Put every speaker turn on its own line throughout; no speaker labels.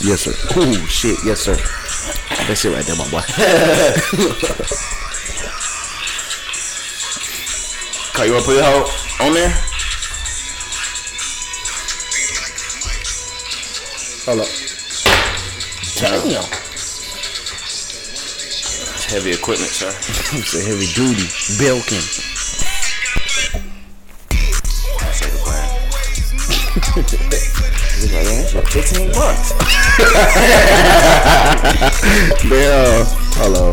Yes, sir. Oh shit, yes, sir. That's it right there, my boy.
Kyle, you wanna put your hoe on there?
Hold up.
Damn. It's heavy equipment, sir.
It's a heavy duty Belkin.
He's like, man, it's like 15 bucks.
Damn. Hello.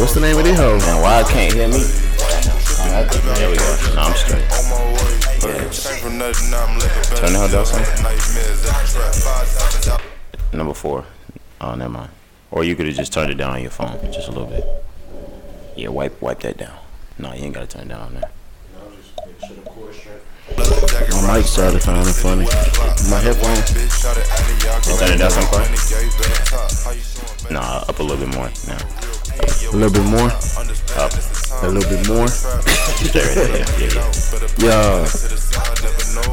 What's the name of this hoe?
Man, why I can't hear me? There we go. No, I'm straight. Turn the hell down, son. Number four. Oh, never mind. Or you could have just turned it down on your phone, just a little bit. Yeah, wipe wipe that down. No, you ain't gotta turn it down on there.
My mic started sounding funny. My headphones.
Turn it down some part. Nah, up a little bit more. Now,
A little bit more.
up.
A little bit more.
There, there, yeah, yeah, yeah.
Yo.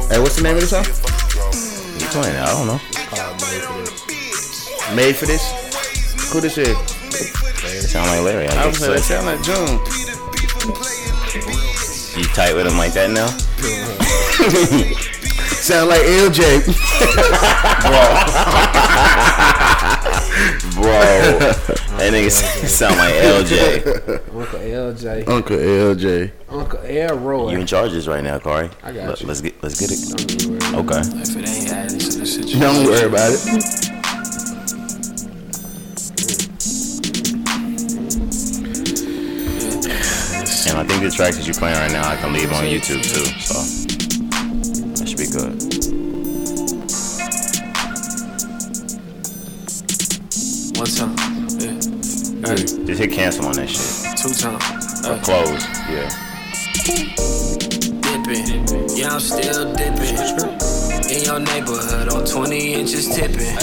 Hey, what's the name of this song?
You playing? I don't know.
Made for this? Who this is?
Sound like Larry. I
I was
guess.
like, that
so.
sound like June.
You tight with him like that now?
Sound like LJ.
Bro, that nigga sound like LJ.
Uncle LJ.
Uncle LJ.
Uncle Elroy.
You in charges right now, Corey?
I got
Let-
you.
Let's get let's get it. Okay.
Don't worry about it.
And I think the tracks that you're playing right now, I can leave on YouTube too. So that should be good.
One time. Yeah. Hey,
Just hit cancel on that shit.
two time.
Or
Hey.
close. Yeah.
dipping. Yeah, I'm still dipping. In your neighborhood on 20 inches tipping.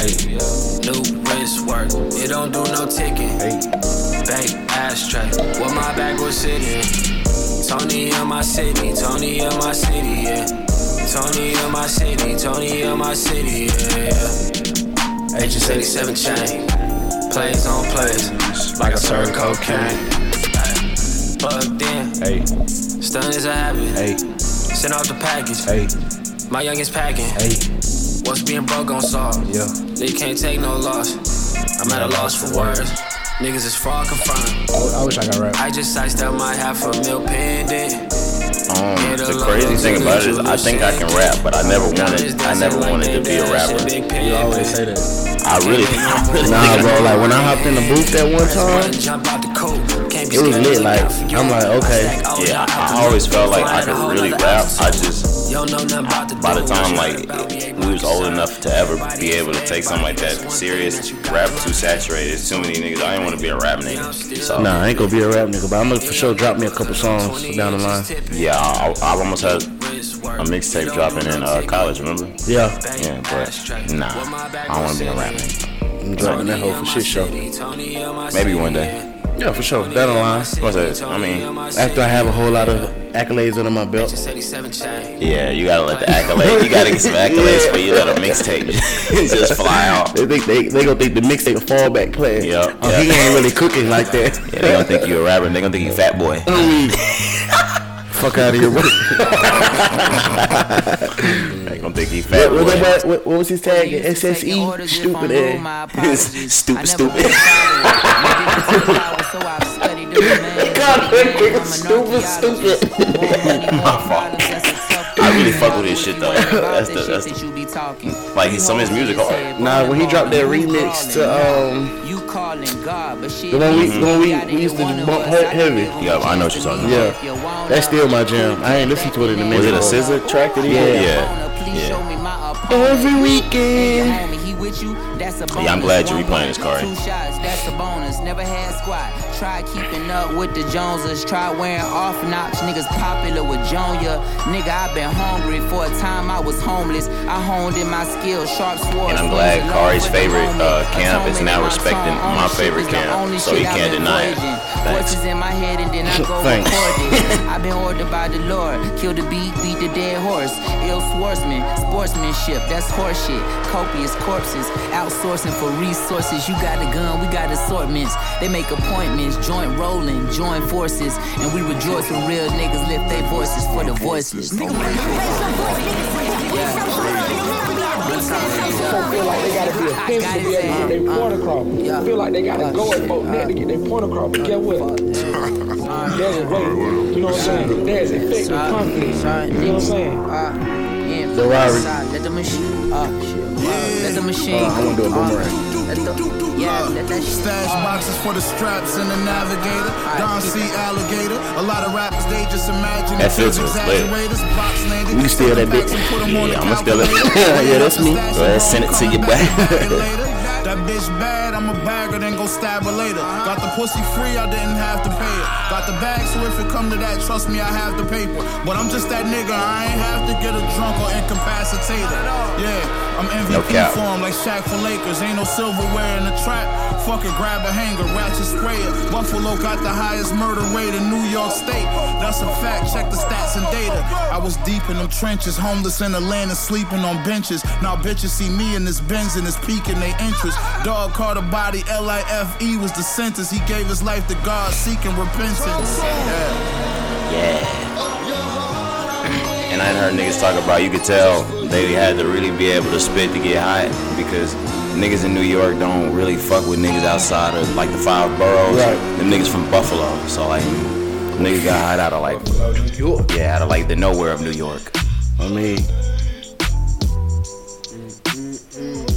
New wrist work, it don't do no ticking. Bank ashtray, what my bag was sitting. Tony in my city, Tony in my city, yeah. Tony in my city, Tony in my city, yeah. yeah. Agent 87 chain, plays on plays, like a serve cocaine. Plugged in,
Hey,
stun is a habit.
hey,
Send out the package.
hey,
My youngest packing.
hey,
What's being broke on solve?
yeah.
They can't take no loss. I'm at a loss for words. Niggas is fraud confirmed.
I, I wish I got rap.
I just sized up my half a mil pendant.
Um, the crazy thing about it is, I think I can rap, but I never wanted I never wanted to be a rapper.
You always say that.
I really, I really
Nah,
think I-
bro. Like when I hopped in the booth that one time,
It
it was lit. Like I'm like, okay.
Yeah, I, I always felt like I could really rap. I just by the time like we was old enough to ever be able to take something like that serious, rap too saturated. Too many niggas. I didn't want to be a rap nigga. So
Nah, I ain't gonna be a rap nigga, but I'm gonna for sure drop me a couple songs down the line.
yeah, I, I I've almost had a mixtape dropping in uh, college. Remember?
Yeah,
Yeah, but nah, I don't want to be a rap nigga.
I'm dropping that hoe for shit show.
Maybe one day.
Yeah, for sure. Down the line.
What's that? I mean,
After I have a whole lot of accolades under my belt.
yeah, you gotta let the accolades. You gotta get some accolades for you let a mixtape just fly out.
They think they they gonna think the mixtape a fallback plan.
Yeah,
Oh,
yeah.
He ain't really cooking like that.
Yeah, they gonna think you a rapper. and They gonna think you fat boy.
Fuck out of here. What,
They gonna think you fat
what, what,
boy.
that boy- what- what was his tag? SSE? E. Stupid ass.
Stupid, stupid.
God, stupid, stupid.
I really fuck with his shit, though. That's the- that's the- Like, he's- some of his music hard.
Nah, when he dropped that remix to um
You calling God, but shit.
the one we the one we,
gotta
we used
get
to
one of
bump
us.
he-
I can
heavy.
get
Yeah, I know what you're talking about.
Yeah, that's still my jam. I ain't listened to it in a minute.
Was it a scissor track that he
Yeah.
did?
Owner,
Yeah.
please
Yeah.
show me my opponent.
Every weekend.
Homie, he with you. That's a bonus.
Oh, Yeah, I'm glad you're
One
replaying this,
point,
Kari.
Two shots. That's a bonus. Never had squat. Try keeping up with the Joneses. Try wearing off knocks. Niggas popular with Jonya. Nigga, i been hungry. For a time, I was homeless. I honed in my skills. Sharp swords.
And I'm glad
blades,
Kari's
love with
favorite,
the
uh,
moment.
camp is
Atonement
now
in my
respecting
song.
my
Ownership
favorite
is the
camp,
only
so he
shit I've
can't
been
deny it.
voyaging.
Thanks.
Voices in my head and then I go
Thanks.
record it. I've been ordered by the Lord. Kill the beat, beat the dead horse. Ill swordsman, sportsmanship, that's horseshit. Copious corpses, outsourcing for resources. You got a gun, we got assortments. They make appointments, joint rolling, join forces. And we rejoice when real niggas lift their voices for the voiceless.
Folk feel like they gotta be a fence to be able to get their point across.
Yeah.
Feel like they gotta go at folk neck to get their point across. But get what? There's a way. You know what I'm saying? There's effective conflict. You know what I'm saying?
The
Ferrari.
Ah, Let the machine. Uh, let the machine.
I'm gonna do a
go. Uh,
boomerang.
let the, yeah, let that shit.
Stash
uh,
boxes for the straps and the navigator.
Alright,
Don
keep
C. Alligator. A lot of rappers, they just imagine
That
it's
filter was lit.
exaggerators. Box landed.
You can steal that bitch.
Yeah, I'ma steal it.
Yeah, that's me.
Stash
Go ahead, send it to your
back.
boy.
That bitch bad, I'm a bagger, then go stab her later. Got the pussy free, I didn't have to pay it. Got the bag, so if it come to that, trust me, I have the paper. But I'm just that nigga, I ain't have to get a drunk or incapacitated. Yeah, I'm MVP
No cap.
form like Shaq for Lakers. Ain't no silverware in the trap. Fuck it, grab a hanger, ratchet spray it. Buffalo got the highest murder rate in New York State. That's a fact, check the stats and data. I was deep in them trenches, homeless in Atlanta, sleeping on benches. Now bitches see me in this Benz and it's piquing their interest. Dog caught a body, L I F E was the sentence. He gave his life to God, seeking repentance. Yeah.
Yeah. And I heard niggas talk about you could tell they had to really be able to spit to get hot because niggas in New York don't really fuck with niggas outside of like the five boroughs.
Right.
Them niggas from Buffalo. So like niggas got hot out of like Yeah, out of like the nowhere of New York.
I mean,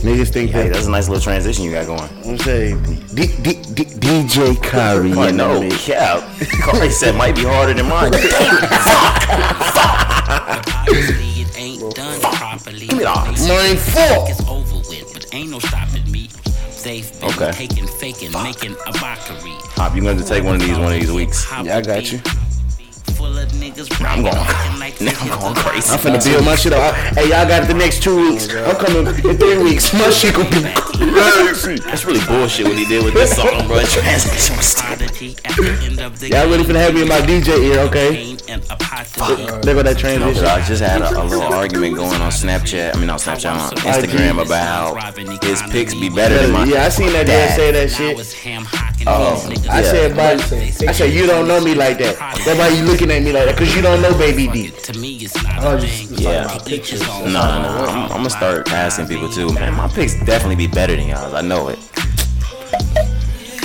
niggas think
Hey,
that.
that's a nice little transition you got going.
I'm saying D- D- D- DJ Kyrie.
I
you know
know,
what I mean?
cap. Carly said might be harder than mine.
Obviously, it ain't done properly.
Give me that.
They
Mine
think
fault.
It's over with, but ain't no stopping me. They've been
Okay.
taking, faking, making a mockery.
Hop, you gonna have to take one of these one of these weeks.
Yeah, I got you.
Full of niggas.
Nah, I'm going.
acting like
Now
they
I'm
hit
going
the
crazy.
I'm finna build my shit up. Hey, y'all got it the next two weeks.
Oh
I'm coming in three weeks. My shit gonna be crazy.
That's really bullshit what he did with this song, bro. Transition was stupid.
prodigy at the end of the
Y'all really finna have me in my DJ ear,
game
okay?
and apostrophe.
There go that transition.
I just had a, a little argument going on Snapchat. I mean, not Snapchat, on Instagram about how his pics be better than mine.
Yeah, I seen that girl
Dad.
say that
Now
shit.
it's ham hocking
Oh,
these niggas.
I
Yeah.
said, but I said you don't know me like that. That's why you looking at me like that, cause you don't know Baby D.
To me, it's not
Oh,
a
just-
thing.
it's like
Yeah.
To each his own.
No, no, no. I'm, I'm gonna start asking people too, man. My pics definitely be better than y'all's. I know it.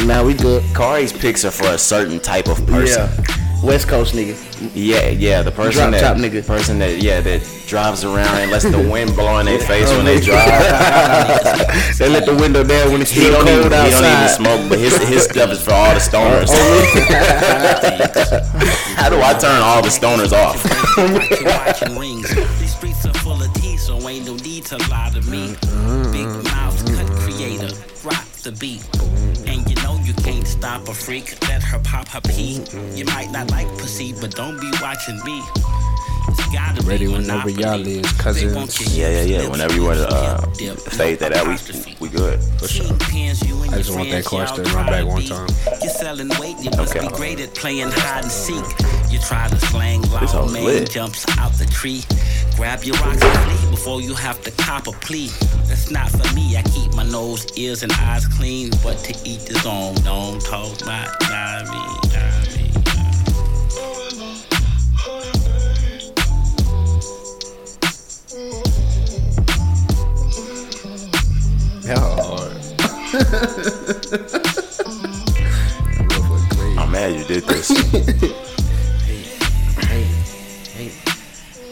Now we good.
Kari's pics are for a certain type of person.
Yeah, West Coast nigga.
Yeah, yeah, the person
Drop
that
top nigga.
person that yeah that drives around and lets the wind blow in their face when they drive.
Oh, They let the window down when it's
He
still
don't,
cold Oh,
even, he
outside.
don't even smoke, but his his stuff is for all the stoners. How do I turn all the stoners off?
Watching, watching rings. These streets are full of tea, so ain't no need to lie to me. Big mouth cut creator, rock the beat. And you know you can't stop a freak. Let her pop her pee. You might not like pussy, but don't be watching me. It's gotta
Ready
be
whenever
monopoly.
y'all is,
They
cousins.
want your
Yeah, yeah,
hips,
yeah.
lips,
Whenever you want to uh,
dip, dip,
fade that out, we
apostrophe.
we good.
Teen pins, you and
I
your
just want that
friends, y'all
question in my
try
back
to
one
beat.
time.
You're selling weight, you must
Okay.
be great at playing hide and seek. You try to slang
This
loud
hoe's
man
lit.
jumps out the tree. Grab your rocks and flee before you have to cop a plea. That's not for me. I keep my nose, ears, and eyes clean. What to eat is on. Don't talk my nah, me, nah, me.
I'm mad you did this.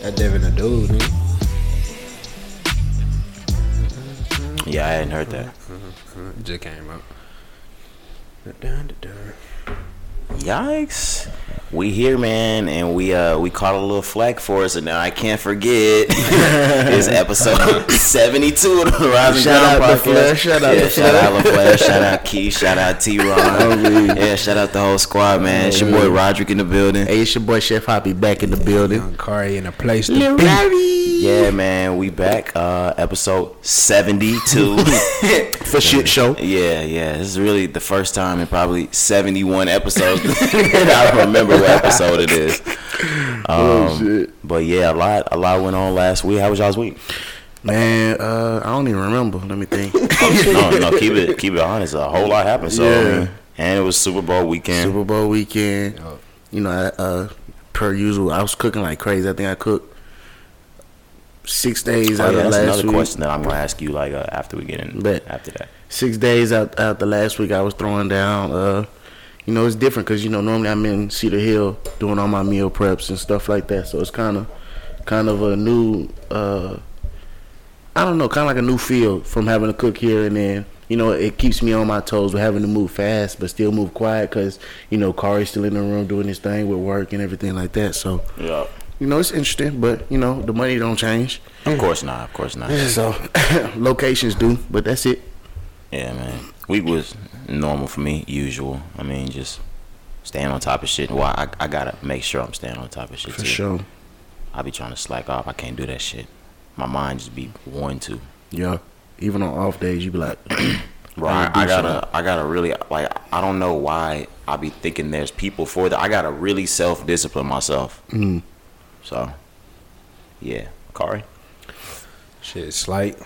That Devin a dude, man.
yeah, I hadn't heard that.
Just came up.
Yikes. we here, man, and we uh we caught a little flag for us, and now I can't forget is episode seventy two of the Rising
Shout out
Ground podcast.
to Flair, shout out
yeah,
to
shout
Flair.
out LaFleur, shout out Key, shout out T Ron, yeah, shout out the whole squad, man. It's your boy Roderick in the building.
Hey, it's your boy Chef Hoppy back in the building.
Kari in a place to be.
Yeah, man, we back. Uh, episode seventy two.
For shit show.
Yeah, yeah. This is really the first time in probably 71 episodes that I don't remember what episode it is. Um,
Oh,
But yeah, a lot, a lot went on last week. How was y'all's week?
Man, uh, I don't even remember. Let me think.
no, no. Keep it, keep it honest. A whole lot happened. So, I mean, and it was Super Bowl weekend.
Super Bowl weekend. You know, I, uh, per usual, I was cooking like crazy. I think I cooked six days
Oh,
out
yeah,
of
that's
last
another
week.
question that I'm gonna ask you like uh, after we get in.
Bet.
After that,
Six days out out the last week, I was throwing down. Uh, you know, it's different because you know normally I'm in Cedar Hill doing all my meal preps and stuff like that. So it's kind of, kind of a new. Uh, I don't know, kind of like a new feel from having to cook here and then. You know, it keeps me on my toes with having to move fast but still move quiet because you know Kari's still in the room doing his thing with work and everything like that. So
yeah.
you know, it's interesting, but you know, the money don't change.
Of course not. Of course not.
So locations do, but that's it.
Yeah, man. Week was normal for me, usual. I mean, just staying on top of shit. Well, I, I gotta make sure I'm staying on top of shit
For
too.
sure.
I be trying to slack off. I can't do that shit. My mind just be one to.
Yeah. Even on off days, you be like,
Bro,
I
I,
would do
I gotta,
something.
I gotta really like. I don't know why I be thinking there's people for that. I gotta really self discipline myself.
Mm.
So, yeah, Kari.
Shit, slight.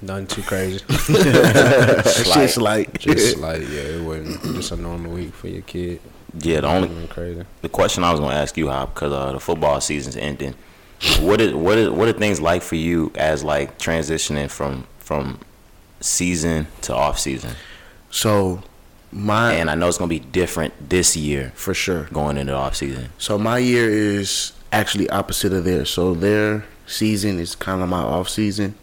Nothing too crazy.
that shit's like,
Just like, yeah, it wasn't just a normal week for your kid.
Yeah, the only
Nothing crazy.
the question I was gonna ask you, Hop, because uh, the football season's ending. What is what is what are things like for you as like transitioning from from season to off season?
so my
And I know it's gonna be different this year
for sure.
going into the off season.
So my year is actually opposite of theirs. So their season is kind of my off season.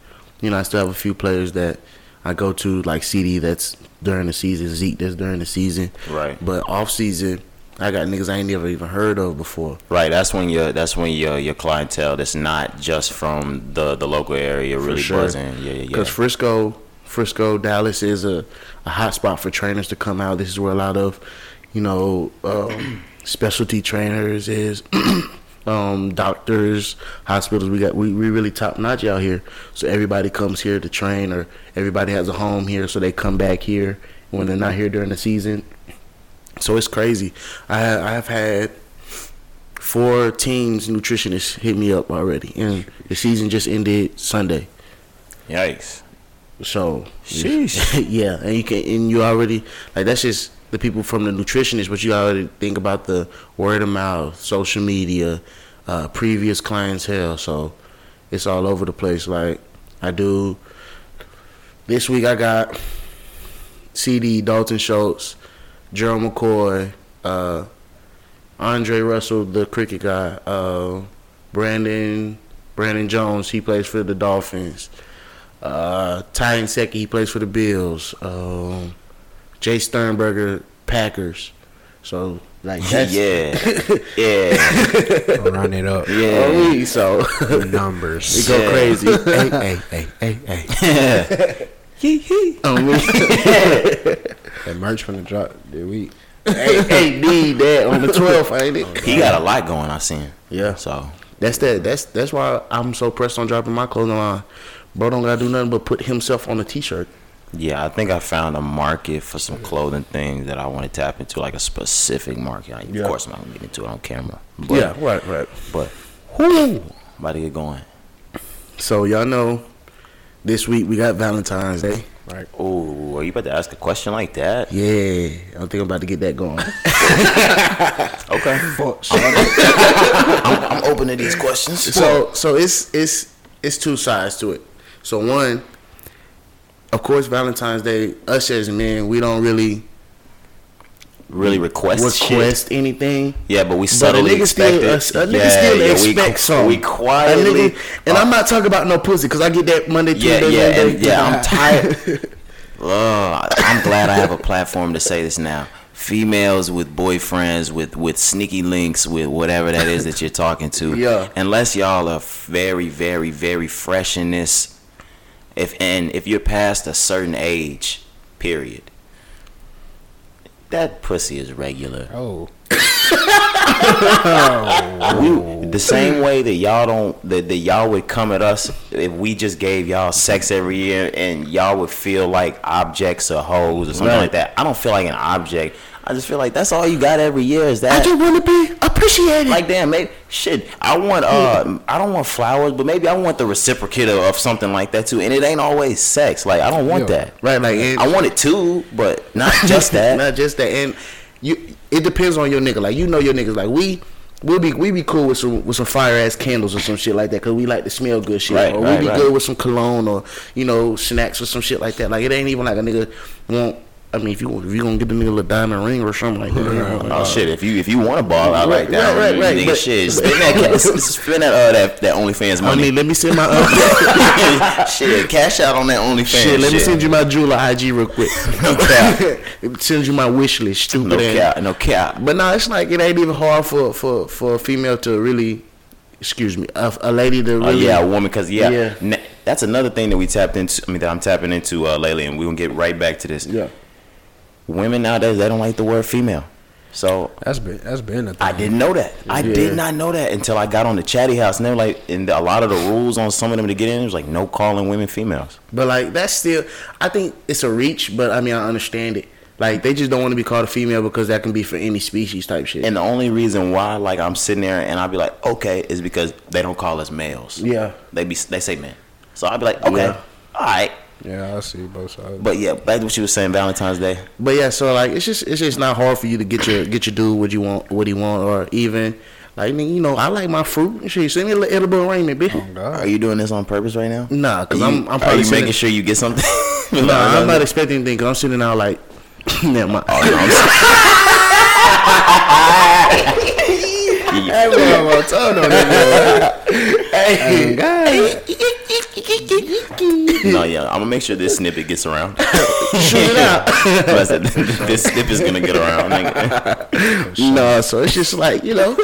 You know, I still have a few players that I go to, like CD, that's during the season, Zeke, that's during the season.
Right.
But off season, I got niggas I ain't never even heard of before.
Right, that's when your that's when your your clientele that's not just from the the local area really
sure.
buzzing. Yeah, yeah, yeah.
Because Frisco, Frisco, Dallas is a, a hot spot for trainers to come out. This is where a lot of, you know, um, specialty trainers is, um, doctors, hospitals. We got we, we really top notch out here. So everybody comes here to train, or everybody has a home here, so they come back here when they're not here during the season. So it's crazy. I I have had four teams nutritionists hit me up already, and the season just ended Sunday.
Yikes.
So
Sheesh.
yeah, and you can and you already like that's just the people from the nutritionist, but you already think about the word of mouth, social media, uh, previous clientele. So it's all over the place. Like I do this week, I got CD Dalton Schultz, Gerald McCoy, uh, Andre Russell, the cricket guy, uh, Brandon Brandon Jones. He plays for the Dolphins. Uh, Ty Inseki, he plays for the Bills. Um, Jay Sternberger, Packers. So like that's
yeah. yeah.
Run it up.
Oh, we- so
Numbers.
go
Yeah.
crazy. hey, hey, hey, hey, hey. Oh. Um,
That merch from the drop that week.
hey, hey, need that on the 12th, ain't it?
he got a lot going, I seen.
Yeah.
So
That's that. That's that's why I'm so pressed on dropping my clothing line. Bro don't gotta do nothing but put himself on a t-shirt.
yeah, I think I found a market for some clothing things that I want to tap into, like a specific market. Like, Of course I'm not gonna get into it on camera. But
right, right.
but I'm about to get going.
So y'all know, this week we got Valentine's Day.
Oh, are you about to ask a question like that?
Yeah, I think I'm about to get that going.
Okay. I'm, I'm open to these questions.
so so it's it's it's two sides to it. So one, of course, Valentine's Day, us as men, we don't really
really request shit.
request anything.
Yeah, but we
But a
subtly
nigga
expect
still, a,
it.
a nigga
yeah,
still
yeah, we
expect
qu-
some.
We quietly.
a nigga, and I'm not talking about no pussy because I get that Monday,
yeah,
Tuesday, Monday.
yeah, Uh, and, yeah. I'm tired. Ugh, I'm glad I have a platform to say this now females with boyfriends with with sneaky links with whatever that is that you're talking to
Yeah.
unless y'all are very very very fresh in this if and if you're past a certain age period that pussy is regular
Oh,
we, the same way that y'all don't that, that y'all would come at us if we just gave y'all sex every year and y'all would feel like objects or hoes or something like that. I don't feel like an object. I just feel like that's all you got every year is that.
want to be appreciated.
Like damn, maybe shit. I want uh, I don't want flowers, but maybe I want the reciprocate of, of something like that too. And it ain't always sex. Like I don't want
Yeah.
that.
right, like and,
I want it too, but not just that.
not just that. And you, it depends on your nigga. Like you know your niggas. Like we, we'll be we be cool with some with some fire ass candles or some shit like that because we like to smell good shit.
Right,
or
right,
we be
right.
good with some cologne or you know snacks or some shit like that. Like it ain't even like a nigga want. I mean, if you if you gonna get the nigga a little diamond ring or something like that,
Oh shit! If you if you want to ball out
Uh, Right,
like that,
right,
you
right,
nigga,
right,
shit,
but-
spend that, spend that, uh, that, that OnlyFans
I
money.
mean, let me send my uh,
shit, cash out on that OnlyFans.
shit. Let me send you my jeweler IG real quick.
No cap.
send you my wish list, stupid
No
ass.
cap. No cap. Uh,
But no, it's like it ain't even hard for for for a female to really, excuse me, a, a lady to really.
Oh yeah, a woman. Cause yeah,
Yeah.
na- that's another thing that we tapped into. I mean, that I'm tapping into uh, lately, and we gonna get right back to this.
yeah.
Women nowadays, they don't like the word female. So
that's been that's been a thing.
I didn't know that. I
Yeah.
did not know that until I got on the chatty house, and they were like, and a lot of the rules on some of them to get in it was like no calling women females.
But like that's still, I think it's a reach. But I mean, I understand it. Like they just don't want to be called a female because that can be for any species type shit.
And the only reason why, like, I'm sitting there and I'll be like, okay, is because they don't call us males.
yeah,
They be they say men. So I'll be like, okay,
Yeah.
all right.
Yeah, I see both sides.
But yeah, back to what you were saying, Valentine's Day.
but yeah, so like it's just it's just not hard for you to get your get your dude what you want, what he want, or even like nigga, you know, I like my fruit and shit. Send me a little edible arraignment, bitch.
Are you doing this on purpose right now?
Nah, because
Are you-
I'm I'm
are
probably
you
sending-
making sure you get something. no,
Nah, I'm not expecting anything. Cause I'm sitting out like, never mind.
no, yeah, I'm gonna make sure this snippet gets around.
Shoot it out.
But I said, this snippet's gonna get around. nigga.
No, so it's just like you know,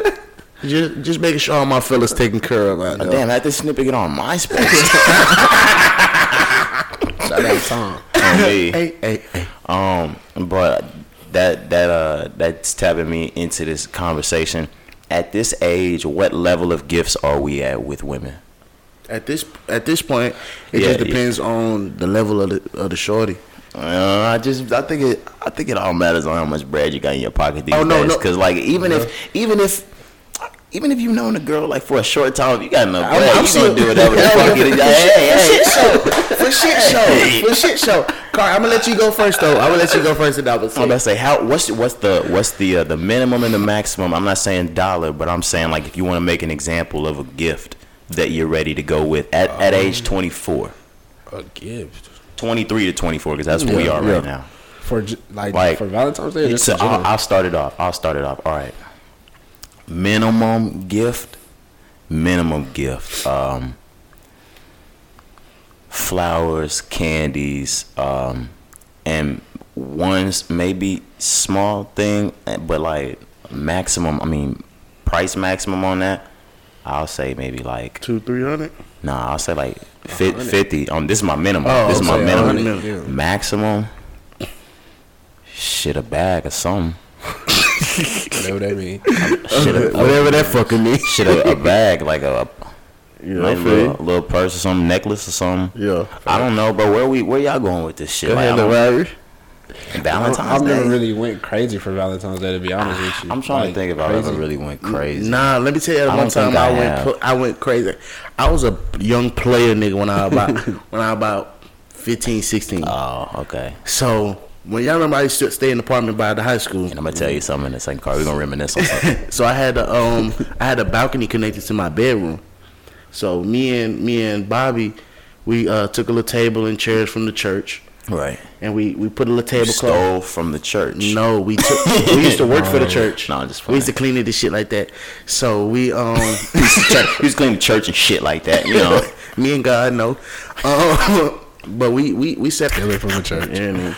just just making sure all my fellas taken care of. Out there.
Damn, how this snippet get on MySpace?
that song.
on me.
Hey, hey, hey.
Um, but that that uh that's tapping me into this conversation. At this age, what level of gifts are we at with women?
At this at this point, it
Yeah,
just
yeah.
depends on the level of the of the shorty.
Uh, I just I think it I think it all matters on how much bread you got in your pocket these
Oh, no,
days.
no.
Cause like even if even if even if you known a girl like for a short time, if you got enough bread,
I'm
you
still-
gonna do whatever the fuck it is. Hey, hey,
For shit show, for shit show. Car, I'm gonna let you go first though. I'm gonna let you go first. And I was
I'm about to say how what's what's the what's the uh, the minimum and the maximum? I'm not saying dollar, but I'm saying like if you want to make an example of a gift that you're ready to go with at, at
Uh-huh.
age 24,
A gift
23 to 24, because that's where we
Yeah,
are
yeah.
right now.
for j- like,
Like-
for Valentine's Day. or Just
So
in
I'll,
general?
I'll start it off. I'll start it off. All right. Minimum gift. Minimum gift. Um, flowers, candies, um, and one's maybe small thing, eh, but like maximum. I mean, price maximum on that. I'll say maybe like
two three hundred.
nah. I'll say like fif- fifty. Um, this is my minimum.
Oh,
this is my
okay,
minimum.
100, yeah.
Maximum. Shit, a bag or something.
whatever that mean.
Shit, a,
Whatever that fucking means.
shit, a, a bag like a,
Yeah,
nice little, little purse or something, necklace or something.
Yeah.
I don't know, but where we where y'all going with this shit?
Go
Like,
ahead,
I don't-
Larry.
Valentine's
I've
Day.
never really went crazy for Valentine's Day to be honest with you.
I'm trying
Like,
to think if I ever
crazy.
really went crazy.
Nah, let me tell you.
I
One
don't think
time I,
I
went,
have.
pl- I went crazy. I was a young player nigga when I about when I about 15, 16.
Oh, okay.
So when y'all remember, I used to stay in the apartment by the high school.
And I'm gonna tell you something in the second car. We're gonna reminisce on something.
So I had a, um I had a balcony connected to my bedroom. So me and me and Bobby, we uh, took a little table and chairs from the church,
right.
and we we put a little tablecloth.
Stole from the church.
No, we took. We used to work for the church.
No, I'm just
we used to
playing.
clean it and shit like that. So we um.
He used to church- he was cleaning the church and shit like that, you know.
me and God no. Um, but we we we set
Really from the church.
Yeah, man.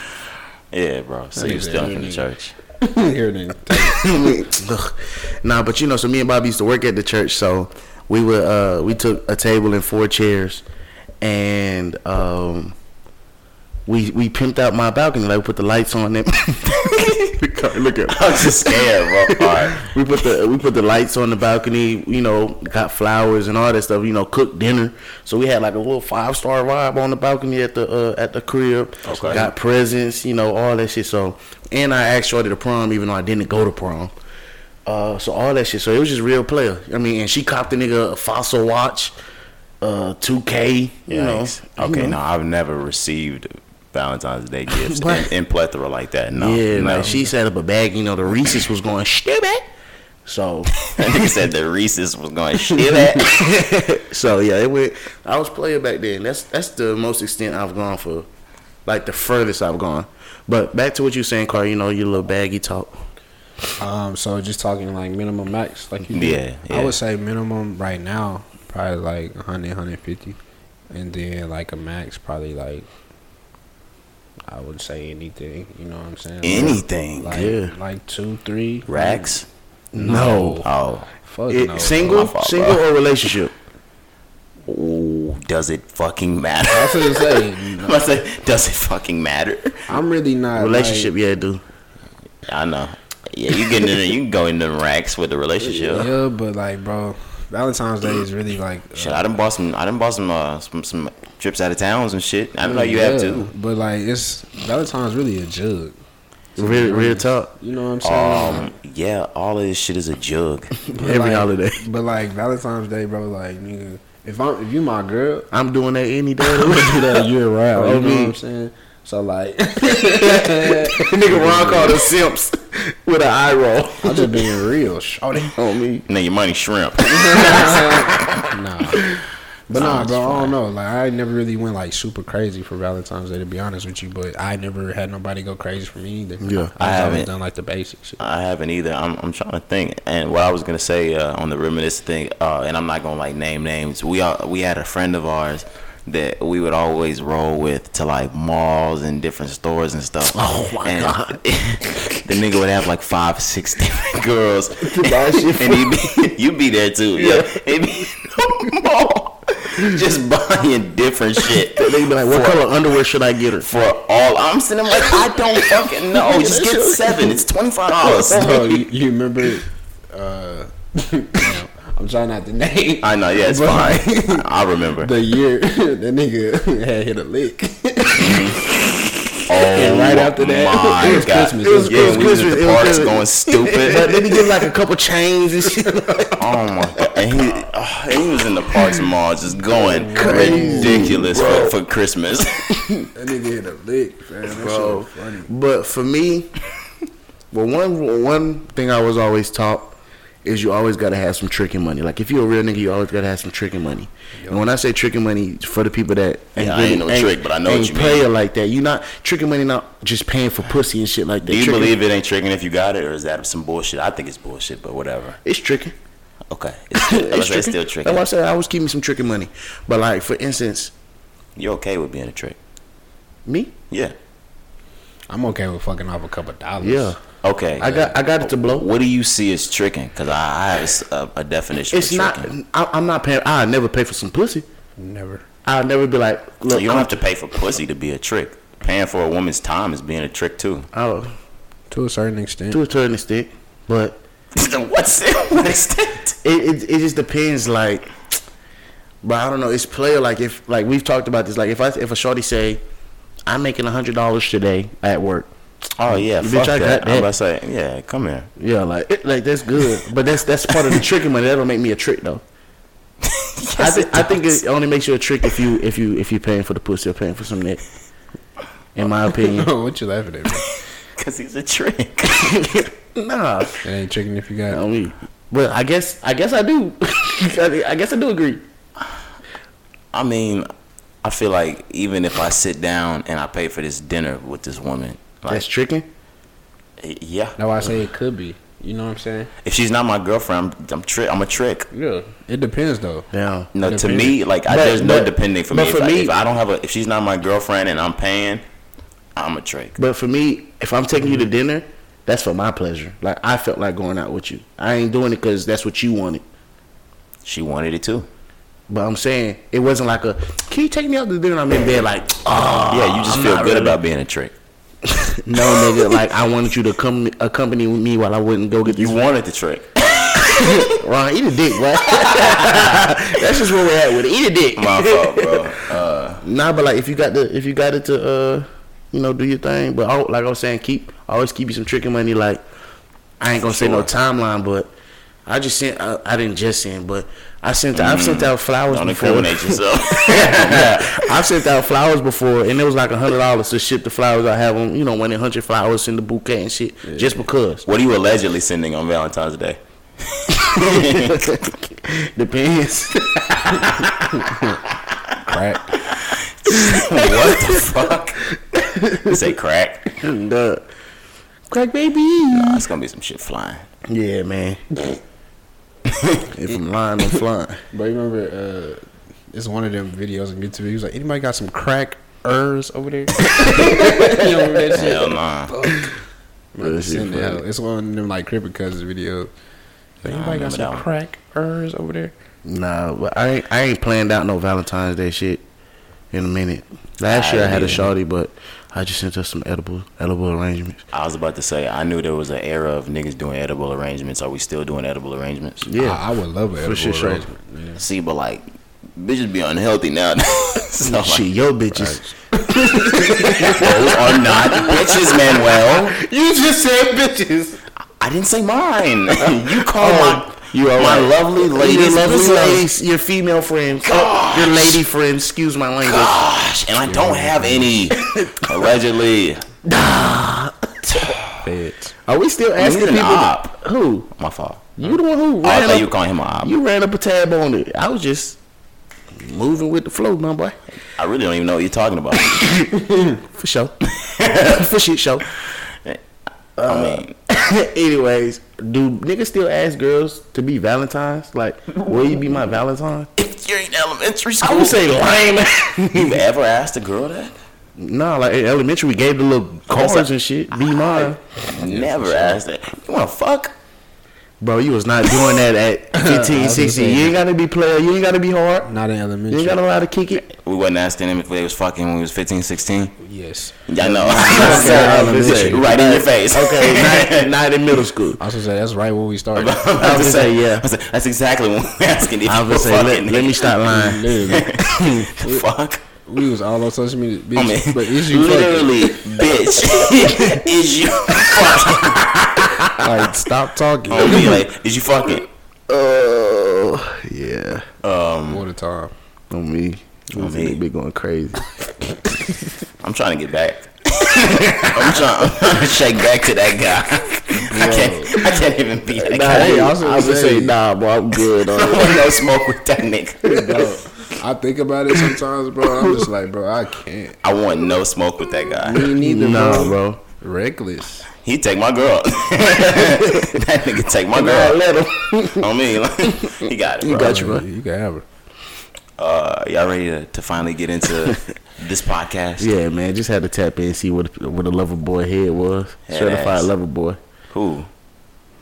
yeah, bro. So you
nigga-
stealing from the church.
Here it is.
Look, nah, but you know, so me and Bobby used to work at the church, so we would uh we took a table and four chairs, and um we we pimped out my balcony, like we put the lights on it. Look at
I'm just scared, bro. All right.
we put the we put the lights on the balcony. You know, got flowers and all that stuff. You know, cooked dinner. So we had like a little five star vibe on the balcony at the uh, at the crib.
Okay.
Got presents. You know, all that shit. So and I asked Shorty to prom, even though I didn't go to prom. Uh, so all that shit. So it was just real player. I mean, and she copped the nigga a fossil watch, uh, 2K. You
Yikes.
know.
okay,
You know.
no, I've never received Valentine's Day gifts in, in plethora like that. No,
yeah,
no.
like she set up a bag. You know, the Reese's was going stupid. So,
That nigga said the Reese's was going shit at.
so yeah, it went. I was player back then. That's that's the most extent I've gone for, like the furthest I've gone. But back to what you saying, Carl. You know, your little baggy talk.
Um, so just talking like minimum max, like you
Yeah,
did.
yeah.
I would say minimum right now probably like 100, 150. and then like a max probably like I would say anything. You know what I'm saying? Like-
Anything.
like,
yeah.
like two, three
Racks.
No,
Oh,
Fuck
It-
no.
single,
My fault,
single
bro.
or relationship.
Ooh, does it fucking matter?
That's what I'm saying.
I say, does it fucking matter?
I'm really not
Relationship, yeah, dude.
I know. Yeah, you getting in? You can go in them racks with a
Like,
relationship.
yeah, but like, bro, Valentine's Day is really like.
Shit, I done bought some. I done bought some uh, some some trips out of towns and shit. I know you have
yeah,
too.
But like, it's Valentine's really a jug.
Real, real talk.
You know what I'm saying?
Um, yeah, all of this shit is a jug.
But,
Every
like-
holiday,
But like Valentine's Day, bro, like nigga, if I'm if you my girl,
I'm doing that any day. of the
we
week.
do that year round.
Oh,
You know
me.
what I'm saying? So like,
Nigga, Ron called us simps with an eye roll.
I'm just being real, shorty.
on me.
Now your money shrimp.
nah. But nah,
it's
bro, I
fine.
don't know. Like, I never really went like super crazy for Valentine's Day, to be honest with you. But I never had nobody go crazy for me either.
Yeah.
I,
I
have
haven't.
always done like the basic shit.
I haven't either. I'm, I'm trying to think. And what I was gonna say uh, on the reminisce thing, uh, and I'm not gonna like name names. We all, we had a friend of ours that we would always roll with to like malls and different stores and stuff.
Oh, my
and
God.
the nigga would have like five, six different girls,
buy shit
and he'd be, you'd be there too. Yeah, he'd be in the mall just buying different shit.
They be like, what
for-
color underwear should I get her?
for all I'm sitting there like I don't fucking know. Just get seven. It's twenty five dollars.
Bro, you, you remember? Uh, you know, I'm trying not to name.
I know, yeah, it's
But-
fine. I I remember.
The year that nigga had hit a lick.
oh,
and right after that,
my
it was
God.
Christmas. It was-
yeah,
it was
we was
Christmas.
at the
It was
parks
Christmas.
going
But
stupid.
then he get like a couple chains and shit.
oh my God. And he, uh, and he was in the parks mall just going ridiculous for, for Christmas.
that nigga hit a lick, fam. That shit
Bro.
was funny.
But for me, well, one one thing I was always taught is you always gotta have some tricking money. Like if you're a real nigga, you always gotta have some tricking money. And when I say tricking money, for the people that ain't,
Yeah, I ain't no trick, but I know what
ain't
you mean.
player like that. You not tricking money, not just paying for pussy and shit like that.
Do you
Tricking-
believe it ain't tricking if you got it, or is that some bullshit? I think it's bullshit, but whatever.
it's tricking?
Okay, it's still,
It's
unless it's
tricking.
still
That's why I
tricking.
said I was keeping some tricking money. But like for instance,
You're okay with being a trick?
me,
Yeah.
I'm okay with fucking off a couple dollars.
yeah,
Okay.
I got I got it to blow.
What do you see as tricking? Because I, I have a s- a, a definition.
It's
for
not.
Tricking.
I, I'm not paying. I never pay for some pussy.
Never.
I'll never be like, look,
you don't
I'm-
have to pay for pussy to be a trick. Paying for a woman's time is being a trick too.
I'll
To a certain extent.
do a turn and stick, but
What's it? What is that?
it, it it just depends. Like, but I don't know. It's player. Like if like we've talked about this. Like if I if a shorty say, I'm making hundred dollars today at work.
Oh yeah,
Bitch,
fuck
I
that.
got
I'm
that.
about to say, yeah, come here.
Yeah, like it, like that's good. but that's that's part of the tricking money. That don't make me a trick though. I,
Yes,
thi-
it
I think
does.
it only makes you a trick if you if you if you're paying for the pussy or paying for some neck. In my opinion,
what you laughing at? Bro?
because he's a trick.
nah.
It ain't chicken if you got.
on me. Well, I guess I guess I do. I guess I do agree.
I mean, I feel like even if I sit down and I pay for this dinner with this woman, like,
That's tricking.
yeah,
That's why I say it could be. You know what I'm saying?
if she's not my girlfriend, I'm, I'm trick. I'm a trick.
Yeah. It depends though.
Yeah.
No, to
Depending.
me, like I,
But-
there's no
but-
depending for
but
me.
for
if, I,
me-
if I don't have a, if she's not my girlfriend and I'm paying, I'm a trick. Mm-hmm.
But for me, if I'm taking you to dinner that's for my pleasure. Like I felt like going out with you. I ain't doing it because that's what you wanted.
She wanted it too.
But I'm saying it wasn't like a. Can you take me out to dinner? I'm in bed like, oh,
yeah, you just
I'm
feel
not
good
really-
about being a trick.
No, nigga, like I wanted you to come accompany me while I wouldn't go get this.
You wanted the trick.
Ron, eat a dick, bro. That's just where we're at with it. Eat a dick.
My fault, bro. Uh,
Nah, but like if you got the if you got it to uh you know do your thing, but I, like I was saying, keep always keep you some tricking money. Like I ain't gonna say no
Sure.
timeline, but I just sent I, I didn't just send, but I sent I've sent out flowers
Mm-hmm. don't
before.
incriminate yourself.
I've sent out flowers before, and it was like a hundred dollars to ship the flowers. I have them, you know, one in hundred flowers in the bouquet and shit, just because.
what are you allegedly sending on Valentine's Day?
Depends.
Crack.
what the fuck? Say crack.
Duh. Crack baby.
Nah, it's gonna be some shit flying.
Yeah, man. if I'm lying, I'm flying.
But you remember, uh, it's one of them videos on YouTube. He was like, anybody got some crack? Ers over there. you remember that shit?
Hell nah.
That shit
Send it
funny.
out. It's one of them like Cripple Cousins videos. Like, anybody
remember that
got some
one.
crack? Ers over there.
Nah, but I ain't, I ain't planned out no Valentine's Day shit in a minute. Last year I had a shawty, but I just sent her some edible edible arrangements.
I was about to say I knew there was an era of niggas doing edible arrangements. Are we still doing edible arrangements?
Yeah,
I, I would love an edible
sure, sure.
arrangement. Yeah.
See, but like bitches be unhealthy now. so like,
shit, yo bitches.
those are not bitches, Manuel.
You just said bitches.
I didn't say mine. you call
Oh,
my you my lovely
Ladies, your
ladies,
lovely
bitches.
ladies, your female friends,
Gosh.
your lady friends. Excuse my language.
Gosh, and I don't have any. Allegedly,
Feds.
Are we still asking
an
people?
op.
Who
my fault.
you the one who
Oh, I
ran
thought you
up?
were calling him an op.
You ran up a tab on it. I was just moving with the flow, my boy.
I really don't even know what you're talking about.
For sure. For shit show. Uh,
I mean,
Anyways, do niggas still ask girls to be Valentines? Like, will you be my Valentine?
if you're in elementary
I
school,
would say lame.
you ever asked a girl that?
nah, like in elementary, we gave the little cards and shit. Be mine,
Never asked that. You want to fuck?
bro. You was not doing that at 15, 16. You ain't gotta be player. You ain't gotta be hard.
Not in
You
elementary.
ain't gotta know how to kick it.
We wasn't asking him if they was fucking when we was 15, 16.
yes.
Yeah, I know.
I was gonna say.
right in your face.
Okay, not, not in middle school.
I was gonna say that's right when we started.
I was
I was
gonna
gonna
say,
say, yeah.
I was like, That's exactly when we're asking if
I
you were
would say, let,
fucking.
let me stop lying.
Literally,
The fuck?
we was all on social media, bitch.
I mean,
but is you fucking,
literally, bitch, is you fucking?
like stop talking
On me, like, is you fucking?
Oh, yeah.
all the time?
On me. On
me.
me. Be going crazy.
I'm trying to get back. I'm trying. I'm trying to shake back to that guy. I can't. I can't even be that
Nah,
guy.
hey,
I
I
was
was
gonna
gonna say,
say-
nah, bro, I'm good on
I
it.
want no smoke with that nigga.
Bro, I think about it sometimes, bro. I'm just like, bro, I can't.
I want no smoke with that guy.
Me neither,
Nah, bro.
Reckless.
He take my girl. that nigga take my
Nah,
girl.
let him.
On me, like, he got it. Bro.
got you, bro.
You can have her.
Uh, y'all ready to, to finally get into this podcast?
Yeah, man, just had to tap in and see what what a lover boy head was.
Head
Certified
ass.
lover boy.
Who?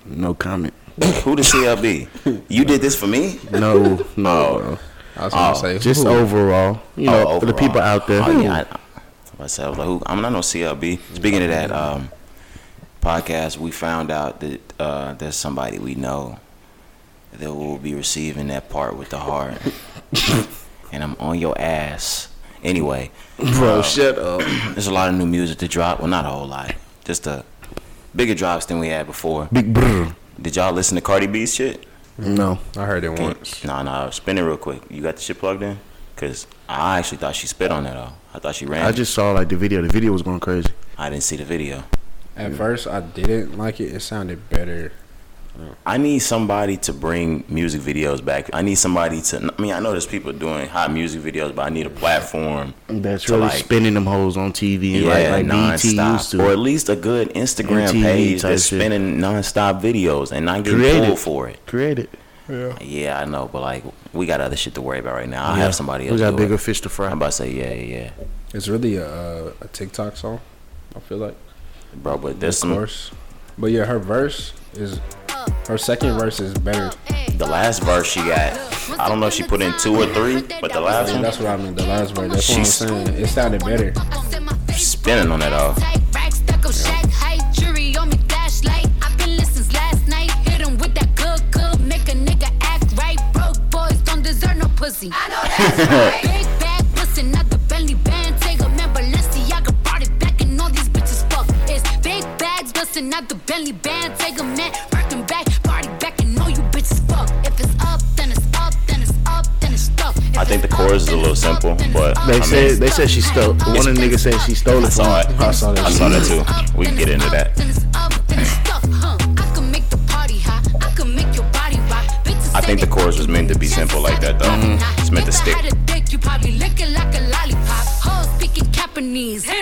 No comment.
Who the CLB? You did this for me?
No, no. bro.
I was gonna
Oh,
say,
Just
who?
overall, you know, for the people out there.
Oh, yeah, I, I, I said, I was like, who? I'm not no CLB. Speaking of that um, podcast, we found out that uh, there's somebody we know that will be receiving that part with the heart. and I'm on your ass. Anyway,
bro, shut up.
there's a lot of new music to drop. Well, not a whole lot. Just a bigger drops than we had before.
Big brr.
Did y'all listen to Cardi B's shit?
No.
I heard it
Can-
once.
Nah, nah, spin it real quick. You got the shit plugged in? Cause I actually thought she spit on it though. I thought she ran.
I just saw like the video. The video was going crazy.
I didn't see the video.
At first, I didn't like it. It sounded better.
I need somebody to bring music videos back. I need somebody to. I mean, I know there's people doing hot music videos, but I need a platform.
That's
To,
really
like-
spinning them hoes on TV
Yeah,
like like BT used
nonstop, or at
to.
least a good Instagram
MTV
page
type
that's
shit.
spinning nonstop videos and not getting
Creative.
pulled for it.
Create it.
Yeah, I know, but like we got other shit to worry about right now. I'll
Yeah.
have somebody else.
We got
do
bigger
It.
fish to fry.
I'm about to say yeah, yeah, yeah.
It's really a, uh, a TikTok song. I feel like,
bro. But there's
of
some
course. But yeah, her verse is her second verse is better.
The last verse she got, I don't know if she put in two or three, but the last
And
one,
that's what I mean. The last verse. That's what I'm
She's-
saying. It sounded better.
spinning on that uh, all.
I know that's right. Big bag pussy, not the Bentley band. Take a man, Balenciaga brought it back, and all these bitches fuck. It's big bags bustin' out the Bentley band. Take a man, working back, party back, and all you bitches fuck. If it's up, then it's up, then it's up, then it's stuff. If
I think
it's
the chorus is a
up, then
little
it's up,
simple,
then
but
it's up,
They
I
said
mean,
they said she stole. One of the niggas said she stole
I
it from.
saw it.
him.
I saw that too. We can get into that.
I think the chorus was meant to be simple like that, though. It's meant to stick. Hit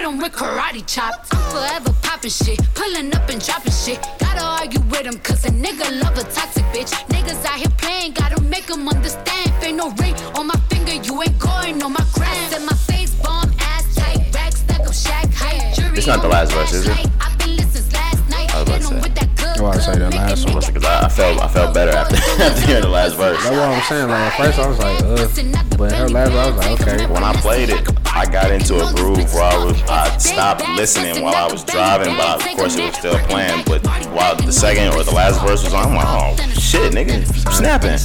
'em with karate chops. I'm forever popping shit, pulling up and dropping shit. Gotta argue with 'em 'cause a nigga love a toxic bitch. Niggas out here playing, gotta make 'em understand. If ain't no ring on my finger, you ain't going on my gram. Set my face bomb, ass tight, rack stack up shack height.
It's not the last verse, is
I
it? was about to say.
I
was about to say that last one.
Because I, I felt I felt better after, after hearing the last
That's
verse.
what I'm saying. Like at first I was like, uh, but her last verse I was like, okay.
When I played it, I got into a groove while I was I stopped listening while I was driving, but of course it was still playing. But while the second or the last verse was on, I'm like, oh shit, nigga, snapping.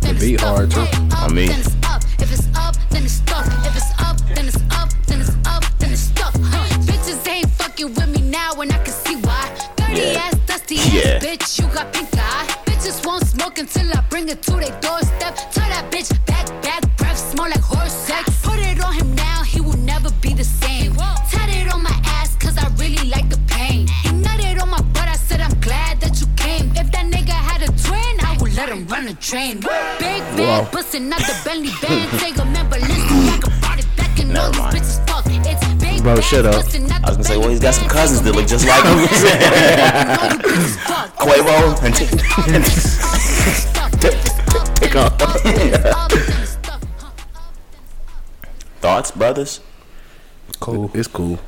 The
beat hard, too.
On me.
If it's up, then it's stuck. If it's up, then it's up, then it's up, then it's stuck. Huh. Bitches ain't fucking with me now, and I can see why. Dirty
Yeah.
ass, dusty
Yeah.
ass, bitch, you got pink eye. Bitches won't smoke until I bring it to their doorstep. Tell that bitch back, back, breath, smell like horse sex. Put it on him now, he will never be the same. Tatted on my ass, cause I really like the pain. He nutted on my butt, I said I'm glad that you came. If that nigga had a twin, I would let him run a train. Big
Wow.
bag, bustin' out the Bentley band. Take a member, listen, I can brought it back and
Never
all these
mind.
bitches fuck. It's big
Bro,
bag,
shut up.
bustin' out
I was
the
gonna say, well,
Bentley
he's got some
band.
cousins that look just like him. Quavo and- and
Take
thoughts, brothers.
Cool.
It's cool.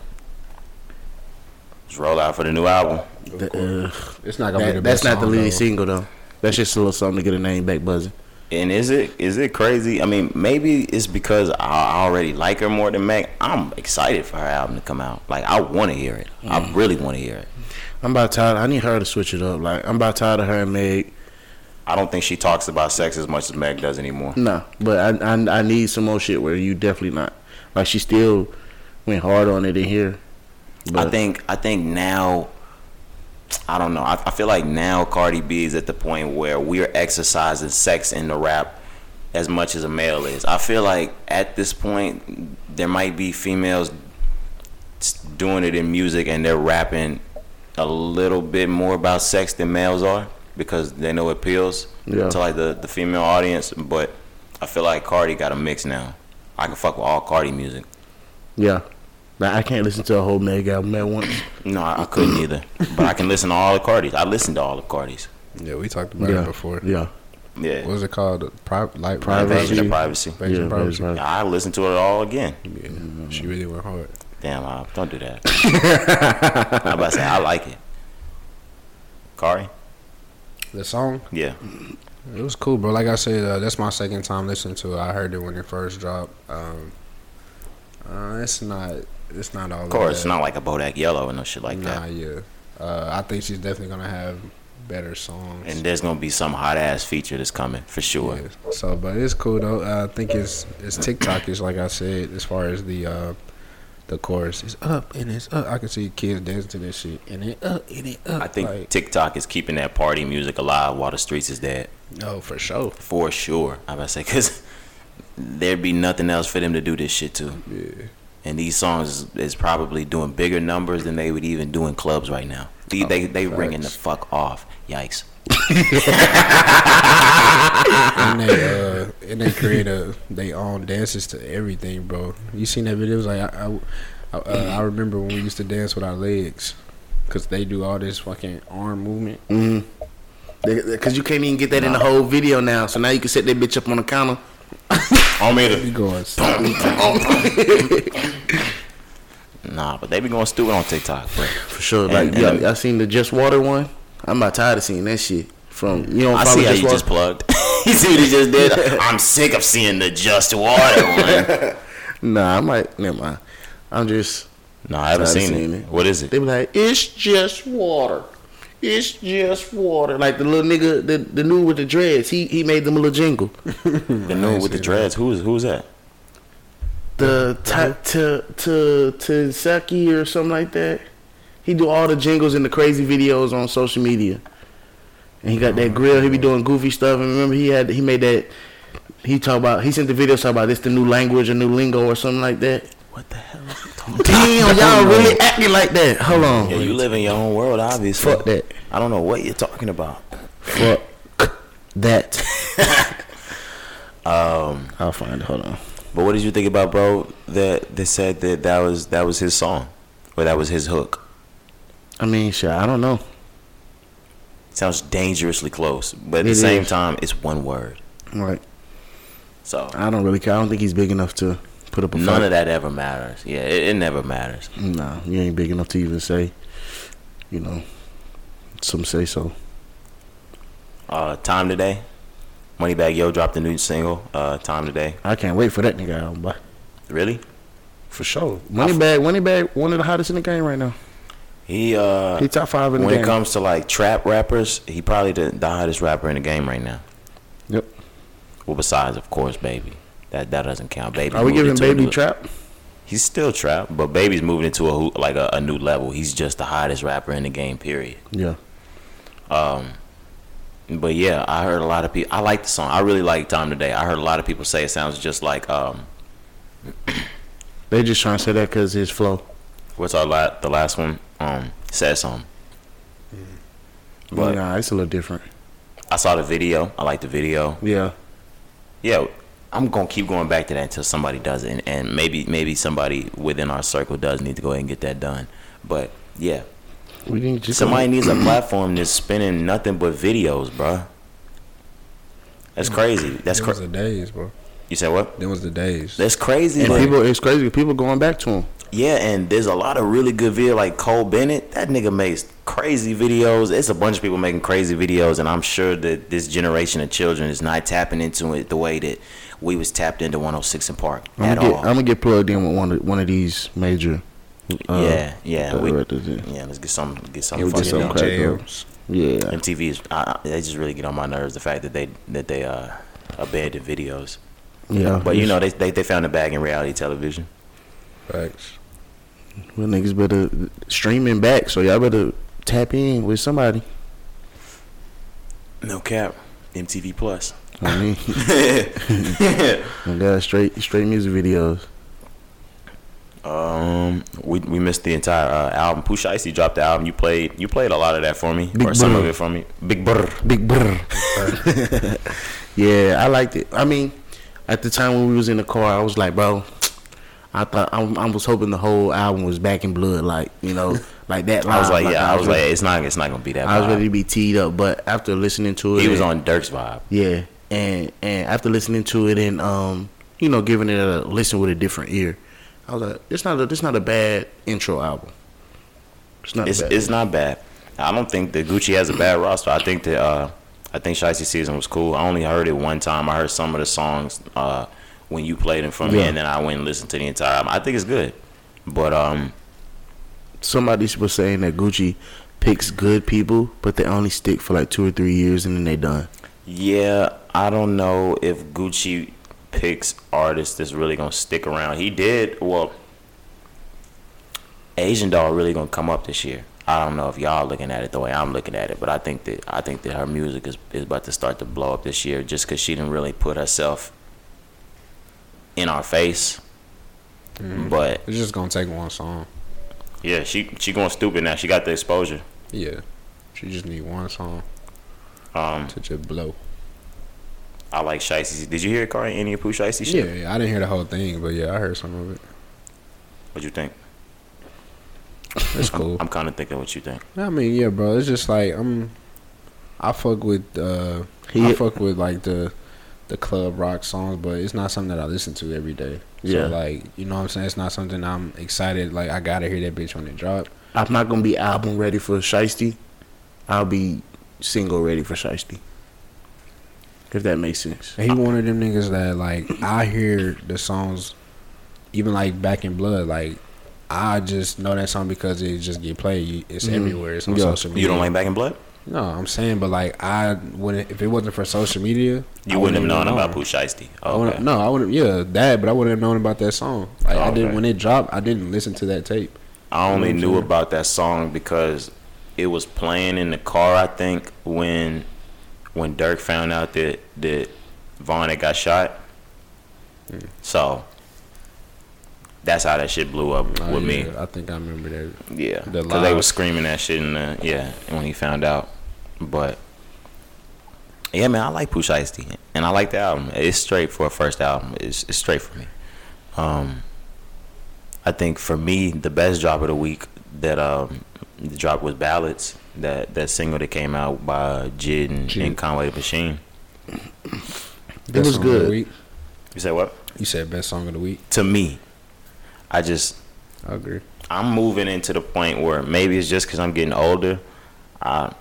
Let's roll out for the new album.
The, uh,
It's not gonna be the
that, that's
best
not the
song,
leading
though.
single though. That's just a little something to get a name back buzzing.
And is it is it crazy? I mean, maybe it's because I already like her more than Meg. I'm excited for her album to come out. Like I want to hear it. I really want to hear it.
I'm about tired. I need her to switch it up. Like I'm about tired of her and Meg.
I don't think she talks about sex as much as Meg does anymore.
No, but I, I I need some more shit where you definitely not. Like she still went hard on it in here. But
I think I think now I don't know. I, I feel like now Cardi B is at the point where we're exercising sex in the rap as much as a male is. I feel like at this point there might be females s- doing it in music and they're rapping a little bit more about sex than males are because they know it appeals
Yeah.
to like the, the female audience. But I feel like Cardi got a mix now. I can fuck with all Cardi music.
yeah, like, I can't listen to a whole Meg album at once.
No, I I couldn't either. But I can listen to all of Cardi's. I listened to all of Cardi's.
Yeah, we talked about
yeah,
it before.
Yeah,
Yeah.
What was it called? Private, like
Privacy.
Invasion of
yeah,
privacy.
Invasion of Mm-hmm.
Meg
privacy.
Ryan.
Yeah, I listened to it all again.
Yeah, she really went hard.
Damn, I, don't do that. I'm about to say I like it. Cardi?
The song,
Yeah.
it was cool, bro. Like I said, uh, that's my second time listening to it. I heard it when it first dropped. Um, uh, it's not, it's not all.
Of course, it's
that.
not like a Bodak Yellow and no shit like
Nah,
that.
yeah. Uh, I think she's definitely gonna have better songs.
And there's gonna be some hot ass feature that's coming for sure.
Yeah. So, but it's cool though. Uh, I think it's it's TikTokish, like I said, as far as the uh, the chorus is up and it's up. I can see kids dancing to this shit and it up and it up.
I think
like,
TikTok is keeping that party music alive while the streets is dead.
no, for sure.
For sure. I'm about to say, because there'd be nothing else for them to do this shit to.
Yeah.
and these songs is probably doing bigger numbers than they would even do in clubs right now.
Oh,
They they, they ringing the fuck off. Yikes!
And they uh, and they create a they own dances to everything, bro. You seen that video? It was like I I, I, uh, I remember when we used to dance with our legs. Cause they do all this fucking arm movement.
Because you can't even get that in the whole video now. So now you can set that bitch up on the counter.
On me
You
to
going? stop.
Nah, but they be going stupid on TikTok. But
for sure.
And-
Like,
and
yeah,
the-
I seen the Just Water one. I'm about tired of seeing that shit. From you don't
I
follow
see how
Just
you
Water.
just plugged. you see what he just did? I'm sick of seeing the just water one.
Nah, I might. Never mind. I'm just.
No, I haven't
I
seen,
seen
it.
it.
What is
They
it?
be like, it's just water. It's just water. Like the little nigga, the, the new with the dreads. He he made them a little jingle.
The new with the dreads. Who is who's that?
The ta- to to to Saki or something like that. He do all the jingles and the crazy videos on social media. And he got that grill. He be doing goofy stuff. And remember, he had he made that. He talk about he sent the video talk about this the new language or new lingo or something like that.
What the hell?
Damn, y'all really acting like that. Hold on,
Yeah, you live in your own world, obviously.
fuck that,
I don't know what you're talking about.
fuck that. um, I'll find it. Hold on.
But what did you think about bro that that said that that was that was his song, or that was his hook?
I mean, shit, I don't know.
sounds dangerously close, but at
It
the same
is.
time, it's one word.
Like,
So
I don't really care. I don't think he's big enough to put up a
none
fight.
of that ever matters. Yeah, it, it never matters.
Nah, you ain't big enough to even say, you know, some say so.
Uh, time today, Moneybag Yo dropped a new single. Uh, time today,
I can't wait for that nigga album, boy.
really?
For sure. Moneybag, Moneybag, one of the hottest in the game right now.
He uh,
He top five in the
when it
game.
comes to like trap rappers, he probably the, the hottest rapper in the game right now.
Yep.
Well, besides of course, baby. That that doesn't count, baby.
Are we
moved
giving
into a
Baby
new-
Trap?
He's still trap, but baby's moving into a hoo- like a, a new level. He's just the hottest rapper in the game. Period.
Yeah.
But yeah, I heard a lot of people. I like the song. I really like Time Today. I heard a lot of people say it sounds just like um,
They just trying to say that because his flow.
what's our la- the last one? Um, Sad Song. But
nah, it's a little different.
I saw the video. I like the video.
Yeah.
Yeah, I'm gonna keep going back to that until somebody does it, and, and maybe maybe somebody within our circle does need to go ahead and get that done. But yeah,
We didn't just
somebody needs a platform that's spinning nothing but videos, bruh. That's crazy. That's
That was
crazy.
the days, bro.
You said what?
That was the days.
That's crazy.
And
but-
people, it's crazy. People going back to him.
Yeah, and there's a lot of really good video like Cole Bennett. That nigga makes crazy videos. It's a bunch of people making crazy videos, and I'm sure that this generation of children is not tapping into it the way that we was tapped into 106 and Park
I'm
at
gonna, get,
all.
I'm gonna get plugged in with one of one of these major. uh,
yeah, yeah, we,
directors, yeah.
yeah. Let's get some, get some
Yeah, we
fucking. uh,
get some
done.
crack
Jail.
jokes. Yeah.
MTV is I, I- they just really get on my nerves. The fact that they that they uh abandoned videos,
Yeah.
but you know they they, they found a bag in reality television.
Facts.
Well, niggas better streaming back, so y'all better tap in with somebody.
No cap, MTV Plus.
I mean, we got straight straight music videos.
Um, we we missed the entire uh, album. Pusha T dropped the album. You played you played a lot of that for me,
Big
or some of
Brr.
it for me. Big brr.
Big brr. yeah, I liked it. I mean, at the time when we was in the car, I was like, bro, I thought I, I was hoping the whole album was back in blood, like you know, like that.
I was
live,
like, yeah, I was like,
ready-
it's not it's not gonna be that.
I was
vibe.
ready to be teed up, but after listening to it,
He was
and-
on Dirk's vibe.
Yeah, and and after listening to it and um, you know, giving it a listen with a different ear, I was like, it's not a it's not a bad intro album. It's not
It's
bad.
it's not bad. I don't think that Gucci has a bad roster. I think that uh, I think Shiesty season was cool. I only heard it one time. I heard some of the songs uh when you played them for me,
Yeah.
and then I went and listened to the entire album. I think it's good, but um,
Somebody was saying that Gucci picks good people, but they only stick for like two or three years and then they done.
Yeah, I don't know if Gucci picks artists that's really gonna stick around. He did well. Asian Doll really gonna come up this year. I don't know if y'all looking at it the way I'm looking at it, but I think that I think that her music is, is about to start to blow up this year just because she didn't really put herself in our face.
Mm-hmm.
But
It's just gonna take one song.
yeah, she she going stupid now. She got the exposure.
Yeah. She just need one song
Um,
to just blow.
I like Shiesty. Did you hear Cardi any of Pooh Shiesty shit?
Yeah, yeah, I didn't hear the whole thing, but yeah, I heard some of it.
What you think?
It's cool.
I'm kind of thinking what you think.
I mean, yeah, bro. It's just like I'm. I um, fuck with. uh
He-
I fuck with like the the club rock songs, but it's not something that I listen to every day.
Yeah.
So like, you know what I'm saying? It's not something I'm excited like I gotta hear that bitch when it drop.
I'm not gonna be album ready for Shiesty. I'll be single ready for Shiesty. If that makes sense.
And he one of them niggas that like I hear the songs, even like Back in Blood, like I just know that song because it just get played. You- It's everywhere. It's on
Mm-hmm. Yeah.
social media.
You don't like Back in Blood?
No, I'm saying, but like I wouldn't if it wasn't for social media.
You wouldn't have known about Pooh
Push.
Shiesty.
I
Oh,
wouldn't-
okay.
No, I wouldn't. Yeah, that. But I wouldn't have known about that song. Like I
Oh,
didn't
okay.
when it dropped. I didn't listen to that tape.
I only
Mhm.
knew about that song because it was playing in the car. I think when when Dirk found out that that Vaughn had got shot.
Hmm.
So that's how that shit blew up
Oh,
with me.
yeah, I think I remember that.
Yeah,
The
because they
live-
was screaming that shit in the yeah when he found out. But yeah, man, I like Pooh Shiesty, and I like the album. It's straight for a first album. It's it's straight for me. Um, I think for me the best drop of the week that um the drop was Ballads that that single that came out by Jid and,
Jid.
and Conway the Machine.
It was
song of the
good.
week.
You said what?
You said best song of the week.
To me, I just
I agree.
I'm moving into the point where maybe it's just because I'm getting older. I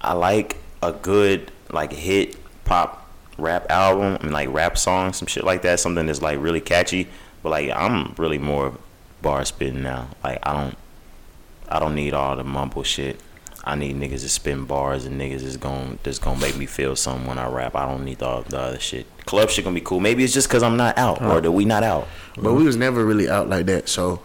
I like a good like hit pop rap album. I mean like rap song, some shit like that. Something that's like really catchy. But like I'm really more bar spitting now. Like I don't I don't need all the mumble shit. I need niggas to spin bars and niggas is gon' that's gonna make me feel something when I rap. I don't need all the other shit. Club shit gonna be cool. Maybe it's just cause I'm not out or that we not out.
But we was never really out like that. So,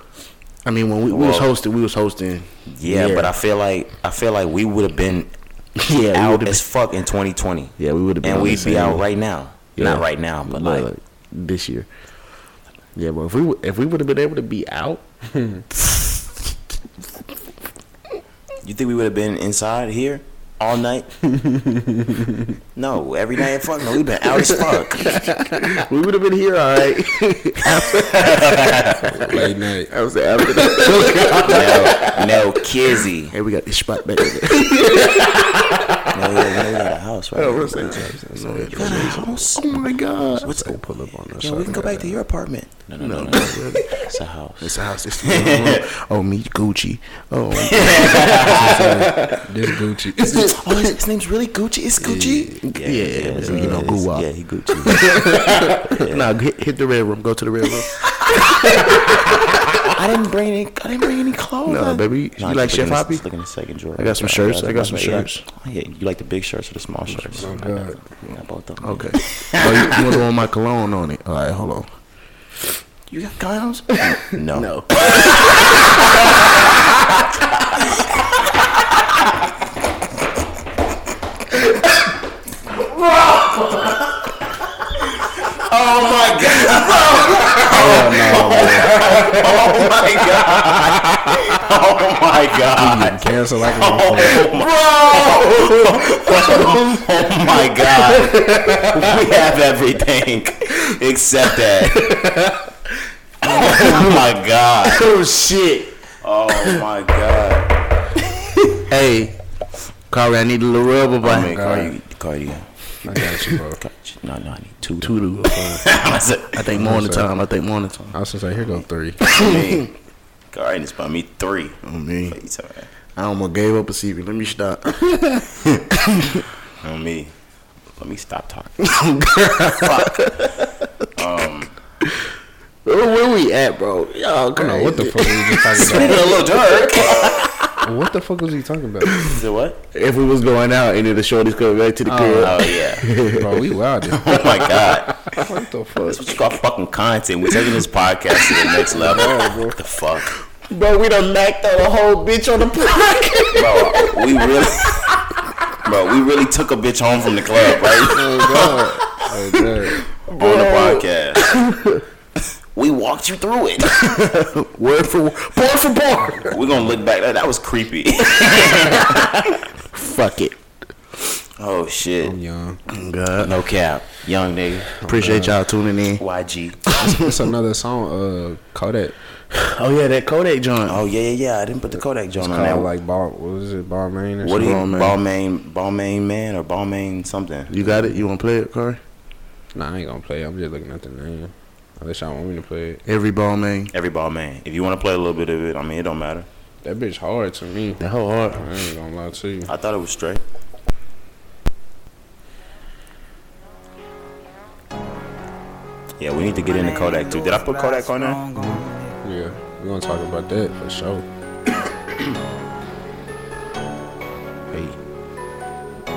I mean, when we, we was
Well-
hosted, we was hosting.
Yeah,
Yeah.
but I feel like I feel like we would have been
Yeah, we
out
would've
as fuck in 2020,
been- yeah, we would have been.
and
on
we'd
the
be
same-
out right now.
Yeah.
Not right now, but
Look,
like
this year. Yeah, but if we w- if we would have been able to be out,
you think we would have been inside here all night? no, every night. Fuck no, we've been out as fuck.
we would have been here. All right,
Late night.
I was after that.
no, no, Kizzy.
Hey, we got this spot back. there.
No, we got- we got a house right.
Oh,
now.
what's that? No, it- oh my God!
What's up?
Pull up on us.
Yeah, we can go back to your apartment. No, no, no, no. It's a house.
It's a house. It's the oh, me Gucci. Oh,
This Gucci.
Oh, his, his name's really Gucci. It's Gucci.
Yeah, so you know,
it's-
Guwap.
Yeah, he Gucci.
nah, hit, hit the red room. Go to the red room.
I didn't bring any. I didn't bring any clothes.
no, baby,
Nah,
you like
just look
Chef
in the-
Hoppy?
just Look in the second drawer.
I got some shirts. I got some
Yeah.
shirts.
Oh, yeah, you like the big shirts or the small shirts?
Oh, God.
I got both of them.
Okay. oh, you, you want to want my cologne on it? All right, hold on.
You got condoms? no. No. Oh my god! Oh my god!
Cancel like a
Oh
motherfucker.
my- Bro! Oh my god! We have everything except that. Oh my god!
Oh shit!
Oh my god!
Hey, Carrie, I need a little rubber by
I mean, Cardi, Cardi,
I got you, bro.
no, no, I need two.
Two to
I said,
I think more on the
Yes, sir.
time. I think more on the time.
I was just like, here go three.
man, Cardi just bought me three.
I mean,
It's alright.
I almost gave up a secret. Let me stop.
On me. Let me stop talking.
Where we at, bro? Y'all,
I don't know what the fuck was he
Speaking
talking
of Lil Durk.
about. What the fuck was he talking about?
Is it what?
If we was going out, and then the shorties coming back to the crib.
Oh yeah.
Bro, we wild. dude.
Oh my god.
What the fuck?
That's what you call fucking content. We're taking this podcast to the next level. What the fuck?
Bro, we done knocked out a whole bitch on the block.
Bro, we really Bro, we really took a bitch home from the club, right?
Oh god. Oh god.
On the podcast. We walked you through it.
word for bar for bar.
We're gonna look back. That, that was creepy.
Fuck it.
Oh shit.
I'm young.
God.
No cap. Young nigga.
Appreciate y'all tuning in.
YG.
That's another song. Uh, Kodak.
Oh yeah, that Kodak joint.
Oh yeah, yeah, yeah. I didn't put the Kodak
It's
joint on that.
called like ball. What was it? Balmain. or
what do you
Balmain.
Balmain Balmain man or Balmain something?
You got it? You wanna play it, Corey?
something? Nah, I ain't gonna play. it. I'm just looking at the name. Unless y'all want me to play it.
Every ball man.
Every Balmain. If you want to play a little bit of it, I mean it don't matter.
That bitch hard to me.
That whole heart.
I ain't gonna lie to you.
I thought it was straight. Yeah, we need to get into Kodak too. Did I put Kodak on there?
Yeah, we gonna talk about that for sure.
Hey,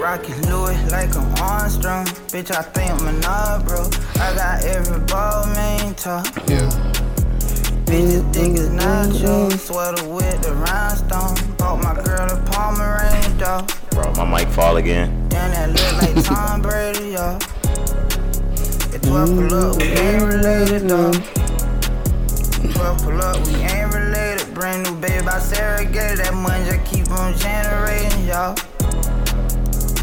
Rocky Louis like I'm Armstrong. Bitch, I think I'm an odd, bro. I got every ball main top.
Yeah,
Bitches think it's nacho. Sweater with the rhinestone. Bought my girl a Pomeranian dog.
bro, my mic fall again.
Damn, that look like Tom Brady, y'all. If 12 pull up, we ain't related, though. 12 pull up, we ain't related. Brand new babe, I surrogated. That money just keep on generating, y'all.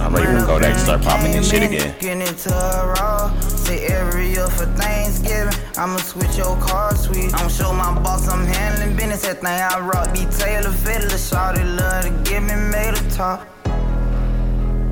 I'm ready for Kodak to start popping this shit
Came in,
again.
Getting into a raw. Say every year for Thanksgiving, I'ma switch your car sweet. I'ma show my boss I'm handling business. That thing I rock be Taylor Fiddler. Shawty love to give me made a talk.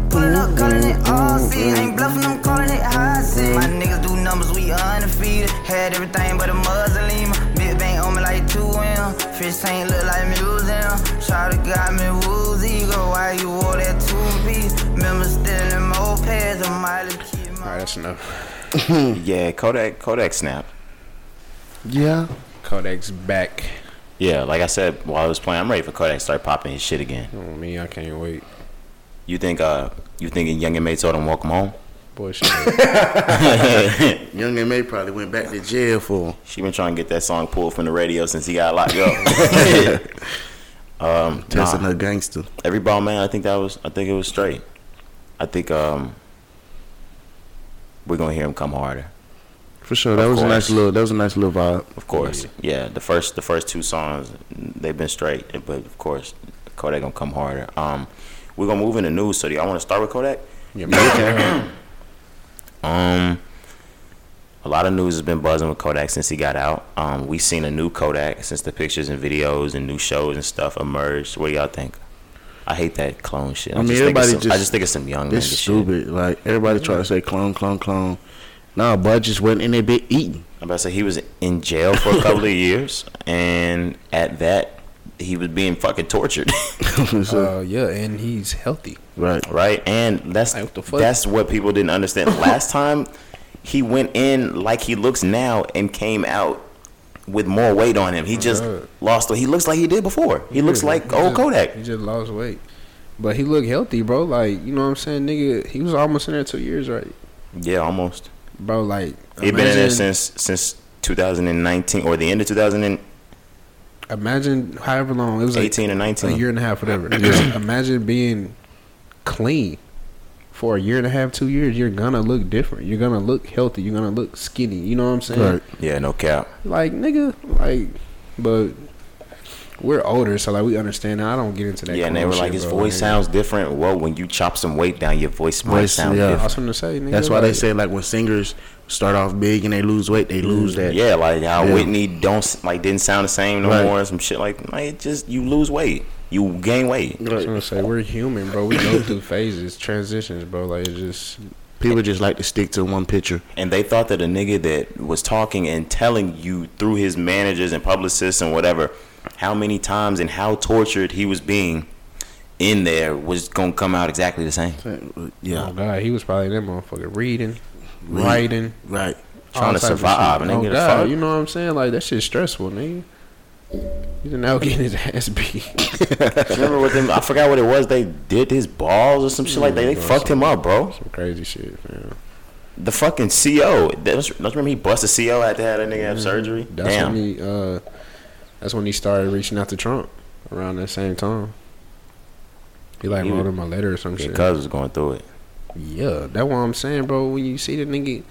Pulling up, calling it all season. Ain't bluffing, I'm calling it high season. My niggas do numbers, we undefeated. Had everything but a Muslim. Big bang on me like 2 M. Fish ain't look like museum. Shawty got me woozy. Go, why you wore that two piece? Remember stealing mopeds. I might have keep my.
all right, that's enough.
Yeah, Kodak Kodak snap.
Yeah.
Kodak's back.
Yeah, like I said while I was playing, I'm ready for Kodak to start popping his shit again.
Oh, me, I can't wait.
You think uh you thinking Young and May told him welcome home?
Boy, shit. I
Young and May probably went back to jail for
She been trying to get that song pulled from the radio since he got locked up. um
testing
nah.
her gangster.
every ball man, I think that was I think it was straight. I think um we're gonna hear him come harder.
For sure. That was a nice
course.
little that was a nice little vibe.
Of course. Yeah, the first the first two songs they've been straight, but of course Kodak gonna come harder. Um we're gonna move into news, so do y'all wanna start with Kodak? Um, a lot of news has been buzzing with Kodak since he got out. Um, we've seen a new Kodak since the pictures and videos and new shows and stuff emerged. What do y'all think? I hate that clone shit. I,
I mean,
just
everybody
think it's some, I
just-
just think it's some young
This
nigga shit.
stupid. Like everybody try to say clone, clone, clone. Nah, bud just went in there bit eating.
I'm about to say he was in jail for a couple of years, and at that, he was being fucking tortured,
So,
Uh, yeah, and he's healthy.
right.
right? And that's
Like, what the fuck?
that's what people didn't understand last time. He went in like he looks now and came out with more weight on him. He just
Right.
lost. He looks like he did before. He looks
Yeah,
like
he
old
just-
Kodak.
He just lost weight, but he looked healthy, bro. Like you know what I'm saying, nigga. He was almost in there two years, right,
Yeah, almost.
bro? Like
He been in there
imagine-
since since 2019 or the end of 2018
Imagine however long it was like
or 19.
a year and a half, whatever. imagine being clean for a year and a half, two years. You're gonna look different. You're gonna look healthy. You're gonna look skinny. You know what I'm saying?
Right.
Yeah, no cap.
Like nigga, like, but. We're older, so like we understand. that. I don't get into that.
Yeah, and they
clone
were like,
shit,
his
bro,
voice
nigga.
sounds different. Well, when you chop some weight down, your voice might
Voice,
sound
yeah.
I
different.
was finna say, nigga.
That's why they
like-
say like when singers start off big and they lose weight, they lose that.
Mm, Yeah, like how
Yeah.
Whitney don't s- like didn't sound the same no
Right.
more. Some shit like, like it just you lose weight, you gain weight.
I was gonna say we're human, bro. We go through phases, transitions, bro. Like it's just
People just like to stick to one picture.
and they thought that a nigga that was talking and telling you through his managers and publicists and whatever how many times and how tortured he was being in there was gonna come out exactly the same. uh,
Yeah.
oh god, he was probably that motherfucker reading, writing,
Right.
Trying
all
to
type of
survive,
shit.
nigga, the
Oh god,
fuck?
you know what I'm saying? Like that shit's stressful, nigga. He's now getting his ass beat.
Remember with him? I forgot what it was. They did his balls or some shit like that. They fucked him up, bro.
Some crazy shit, man.
The fucking CO. That's, that's remember he busted CO after had that nigga have surgery.
Mm-hmm. That's
Damn.
when he, uh, that's when he started reaching out to Trump around that same time. He like
He
wrote
was-
him a letter or some
Yeah,
shit.
Cuz was going through it.
Yeah, that's what I'm saying, bro. When you see the nigga,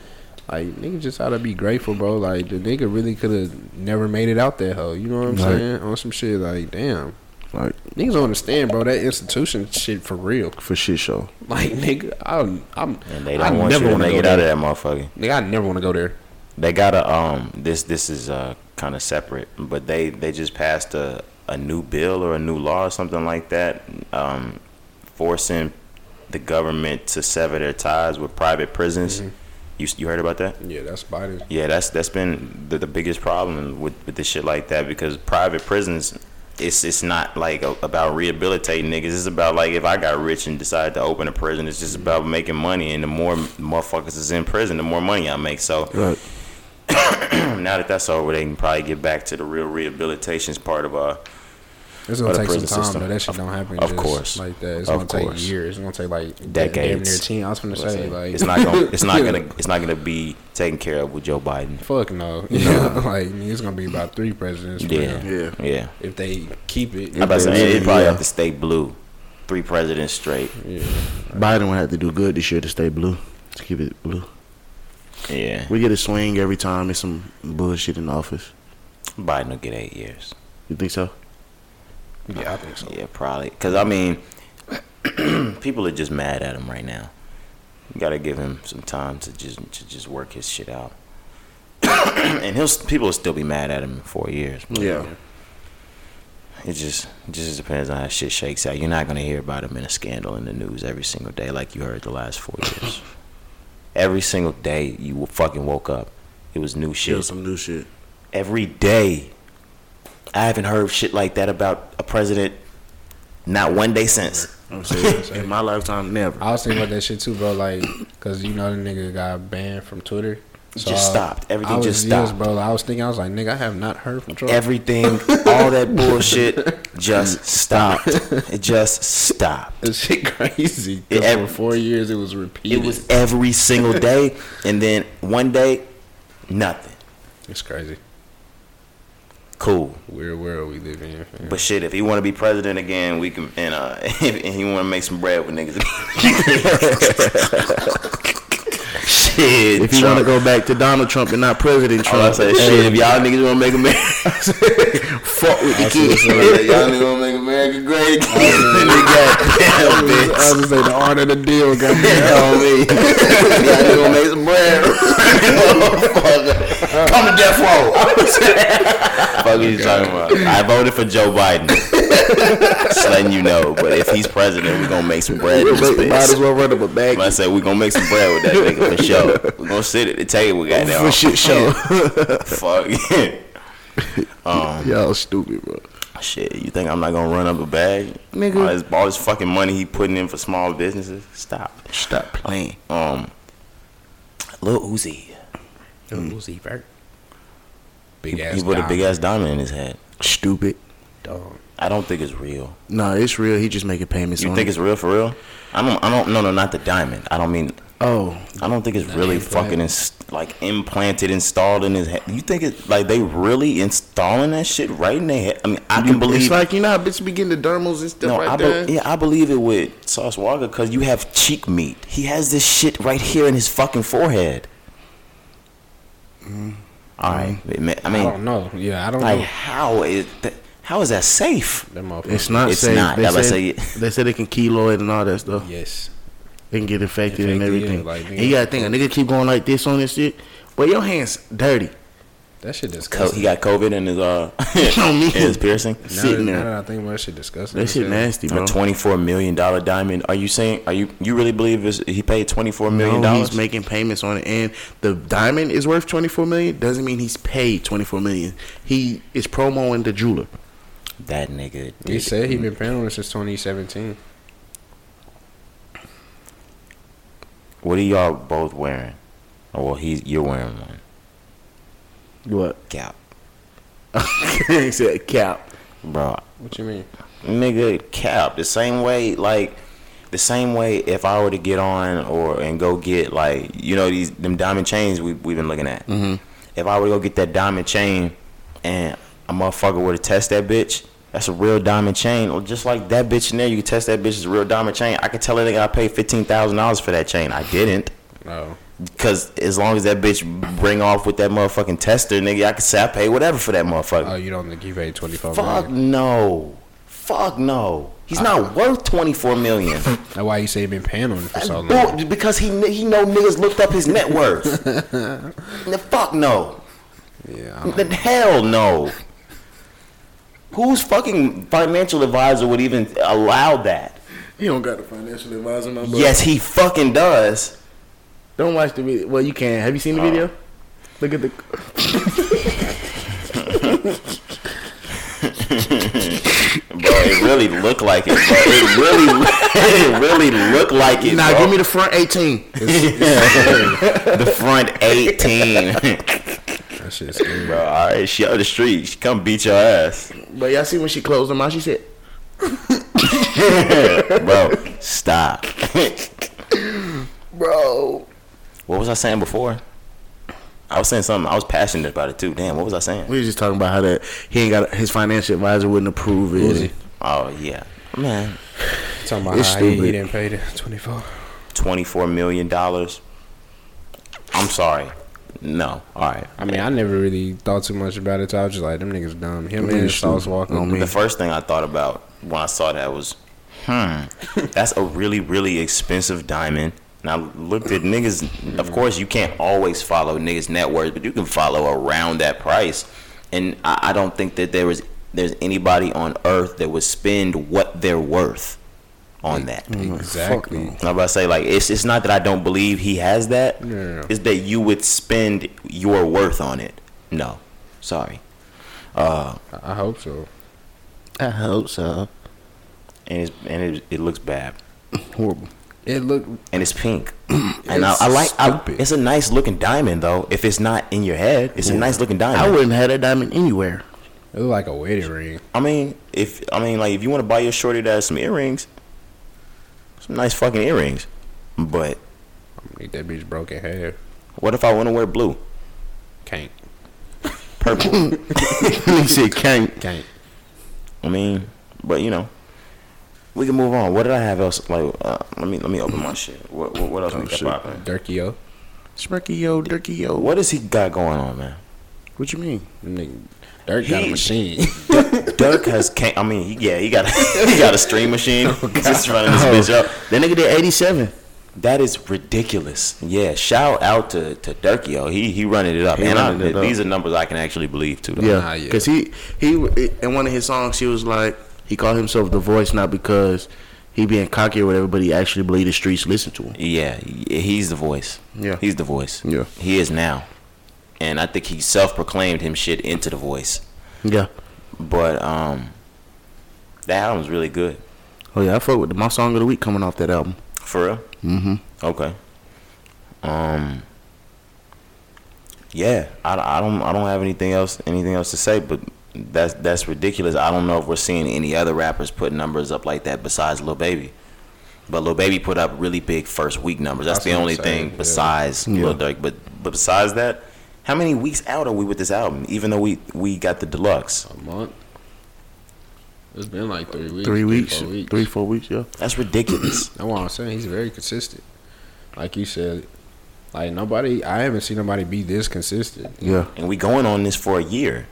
like nigga just ought to be grateful, bro. Like the nigga really could have never made it out that hoe. You know what I'm
Right.
saying? On some shit, like damn.
Like
Niggas don't understand, bro. That institution shit for real.
for shit show.
Like, nigga, I'm, I'm,
And they
I
don't want you
never
to
want to
make
go
it out
there.
of that motherfucker.
Nigga, I never want to go there.
They got a um. This this is uh kind of separate, but they they just passed a a new bill or a new law or something like that, um, forcing the government to sever their ties with private prisons. You s You heard about that?
Yeah, that's Biden.
Yeah, that's that's been the, the biggest problem with with this shit like that because private prisons. It's, it's not like a, about rehabilitating niggas. It's about like if I got rich and decided to open a prison, it's just about making money. And the more motherfuckers is in prison, the more money I make. So
Right.
now that that's over, they can probably get back to the real rehabilitations part of uh
It's gonna
Or the
take some
prison
time,
system.
though. That shit
Of-
don't happen.
of
just
course.
like that. It's
Of
gonna
course.
take years. It's gonna take like da- Damn near
Decades.
ten. I was gonna say like
it's not gonna it's not gonna it's not gonna be taken care of with Joe Biden.
Fuck no. Yeah, like it's gonna be about three presidents. for
Yeah.
real.
Yeah.
Yeah.
If they keep it,
I'm about to
they
say
do,
it probably
yeah.
have to stay blue. Three presidents straight.
Biden would have to do good this year to stay blue. To keep it blue.
Yeah.
We get a swing every time. It's some bullshit in the office.
Biden will get eight years.
You think so?
yeah, I think so.
Yeah, probably. Because, I mean, people are just mad at him right now. You got to give him some time to just to just work his shit out. and he'll s- people will still be mad at him in four years.
Yeah.
It just it just depends on how shit shakes out. You're not gonna hear about him in a scandal in the news every single day like you heard the last four years. every single day you w- fucking woke up, it was new shit.
Kill some new shit.
every day, I haven't heard shit like that about a president. Not one day since.
I'm serious. in my lifetime, never.
I was thinking about that shit too, bro. Like, cause you know the nigga got banned from Twitter. So
Just
I-
stopped. Everything
I was,
just
yes,
stopped.
bro. I was thinking, I was like, nigga, I have not heard from Trump.
Everything, all that bullshit, just stopped. It just stopped.
this shit crazy. 'Cause
It-
for four years, it was repeated.
It was every single day, and then one day, nothing.
It's crazy.
Cool.
Weird world we live in. fam.
But shit, if he want to be president again, we can. And uh, and he want to make some bread with niggas. shit.
If you want to go back to Donald Trump and not President
All I
Trump,
say, Oh, shit. If y'all niggas want to make America, fuck with the kids. y'all niggas want to make America great again. then we got damn
I
bitch.
was just like the art of the deal, got
You know me. y'all niggas want to make some bread, motherfucker. Come to death row. Fuck is you talking about? I voted for Joe Biden. Just letting you know, but if he's president, we're gonna make some bread. in this
might
bitch.
as well run up a bag
I said we gonna make some bread with that nigga for sure. We gonna sit at the table, we got
for shit show.
Fuck. um,
Y'all stupid, bro.
shit. You think I'm not gonna run up a bag?
Nigga.
all this, all this fucking money he putting in for small businesses. Stop.
Stop playing.
Um, Lil Uzi,
Uzi Vert. Big ass.
he put a
guy.
big ass diamond in his head.
Stupid.
Dog.
I don't think it's real.
Nah, it's real. He just making payments.
You
on
think
it.
it's real for real? I don't. I don't. No, no, not the diamond. I don't mean.
Oh,
I don't think it's really fucking ins- like implanted, installed in his head. You think it like they really installing that shit right in their head? I mean, I can
it's
believe
like you know, how bitch, be getting the dermals and stuff
No,
right
I
there.
be- yeah, I believe it with Sauce Walker because you have cheek meat. He has this shit right here in his fucking forehead. All right, I mean, I
Mm-hmm. I
mean,
don't know. Yeah, I don't
like
know.
how is that, how is that safe?
That motherfucker.
It's not
It's
safe.
not.
They
That's why I
said,
say it.
they said it can keloid and all that stuff.
Yes.
They can get infected, and
Infected, yeah,
everything.
like,
and you gotta think a nigga keep going like this on this shit. But your hands dirty.
That shit
Co-
disgusting.
he got COVID in his uh,
know me.
in his piercing.
now
sitting
that,
there.
Now that I think about it, that shit disgusting.
That shit
Yeah.
nasty, bro.
A twenty-four million dollar diamond. Are you saying? Are you you really believe is he paid twenty-four million
No,
dollars?
he's making payments on it, and the diamond is worth twenty four million. Doesn't mean he's paid twenty four million. He is promoing the jeweler.
that nigga.
He said he been paying on it since 2017.
What are y'all both wearing? Oh, well, he's you're wearing one.
What?
Cap,
he said cap.
bro.
What you mean?
nigga cap the same way like the same way if i were to get on or and go get like you know these them diamond chains we, we've been looking at if i were to go get that diamond chain and a motherfucker were to test that bitch that's a real diamond chain or just like that bitch in there you can test that bitch is a real diamond chain i could tell a nigga i paid $15000 for that chain i didn't
No.
because as long as that bitch bring off with that motherfucking tester nigga i could say i paid whatever for that motherfucker
Oh, you don't think he paid 24
Fuck
million?
no. Fuck no. He's not worth twenty four million.
That's why you say you been paying on it for so long.
Bull- because he kn- he know niggas looked up his net worth. N- fuck no.
Yeah, I don't-
The hell no. Whose fucking financial advisor would even allow that?
You don't got a financial advisor, my boy.
Yes, he fucking does.
Don't watch the video. Well, you can. Have you seen the video? Look at the.
Bro, it really looked like it. Bro. It really, it really looked like it.
Now
bro.
give me the front eighteen.
the front 18.
that shit's scary.
Bro, all right, she out the street. She come beat your ass.
But y'all see when she closed them out, she said,
Bro, stop.
"Bro,
what was I saying before? I was saying something. I was passionate about it too. Damn, what was I saying?
we were just talking about how that he ain't got his financial advisor wouldn't approve it.
Uzi.
Oh, yeah. Man,
Talking about
It's
how he, he
stupid.
didn't pay the twenty four.
$24 million. I'm sorry. No. All right.
I mean, I never really thought too much about it. So I was just like, them niggas Oh, dumb. Him and Sauce Walker.
On me.
The first thing I thought about when I saw that was, hmm, that's a really, really expensive diamond. And I looked at niggas. Of course, you can't always follow niggas' net worth, but you can follow around that price. And I, I don't think that there is there's anybody on earth that would spend what they're worth on that.
Mm-hmm.
Exactly.
I'm about to say like it's it's not that I don't believe he has that.
No, no, no.
It's that you would spend your worth on it. No, sorry.
I I hope so.
I hope so.
And it's, and it, it looks bad.
Horrible.
It looked
and it's pink. and I, I like. I,
stupid.
it's a nice looking diamond though. If it's not in your head, it's a nice looking diamond.
I wouldn't have that diamond anywhere.
it looked like a wedding ring.
I mean, if I mean, like, if you want to buy your shorty that some earrings, some nice fucking earrings. But
Need that bitch broken hair.
what if I want to wear blue,
Can't.
purple?
he said, "Can't."
Can't.
I mean, but you know, we can move on. What did I have else? Like, uh, let me let me open my shit. What what, what else
Oh,
we got popping?
Durkio.
Smirky yo, dirky yo. What?
What does he got going on, man?
What you mean?
Nigga. Dirk got a
He-
machine.
Dirk has came. I mean, he, yeah, he got a, he got a stream machine. He's just running
Oh.
this bitch up.
That nigga did eighty-seven.
That is ridiculous. Yeah, shout out to to Durkio. He he running it up.
He
and I,
running it up.
these are numbers I can actually believe too. though.
Nah,
Yeah,
yeah.
because he he in one of his songs he was like he called himself the voice not because he being cocky or whatever, but he actually believed the streets listen to him.
Yeah, y- he's the voice.
Yeah.
He's the voice.
Yeah.
He is now. And I think he self-proclaimed him shit into the voice.
Yeah.
But um that album's really good.
Oh yeah, I fuck with my song of the week coming off that album.
For real?
Mm-hmm.
Okay. Um. Yeah, I, I don't I don't have anything else anything else to say, but that's that's ridiculous. I don't know if we're seeing any other rappers put numbers up like that besides Lil Baby. But Lil Baby put up really big first week numbers. That's,
That's
the
what I'm
only
saying,
thing
yeah.
besides
Yeah.
Lil Durk. But but besides that, how many weeks out are we with this album? Even though we we got the deluxe,
a month. It's been like three weeks.
Three weeks,
four weeks.
three four weeks. Yeah.
that's ridiculous.
That's what I'm saying. He's very consistent. Like you said, like nobody. I haven't seen nobody be this consistent.
Yeah.
and we going on this for a year.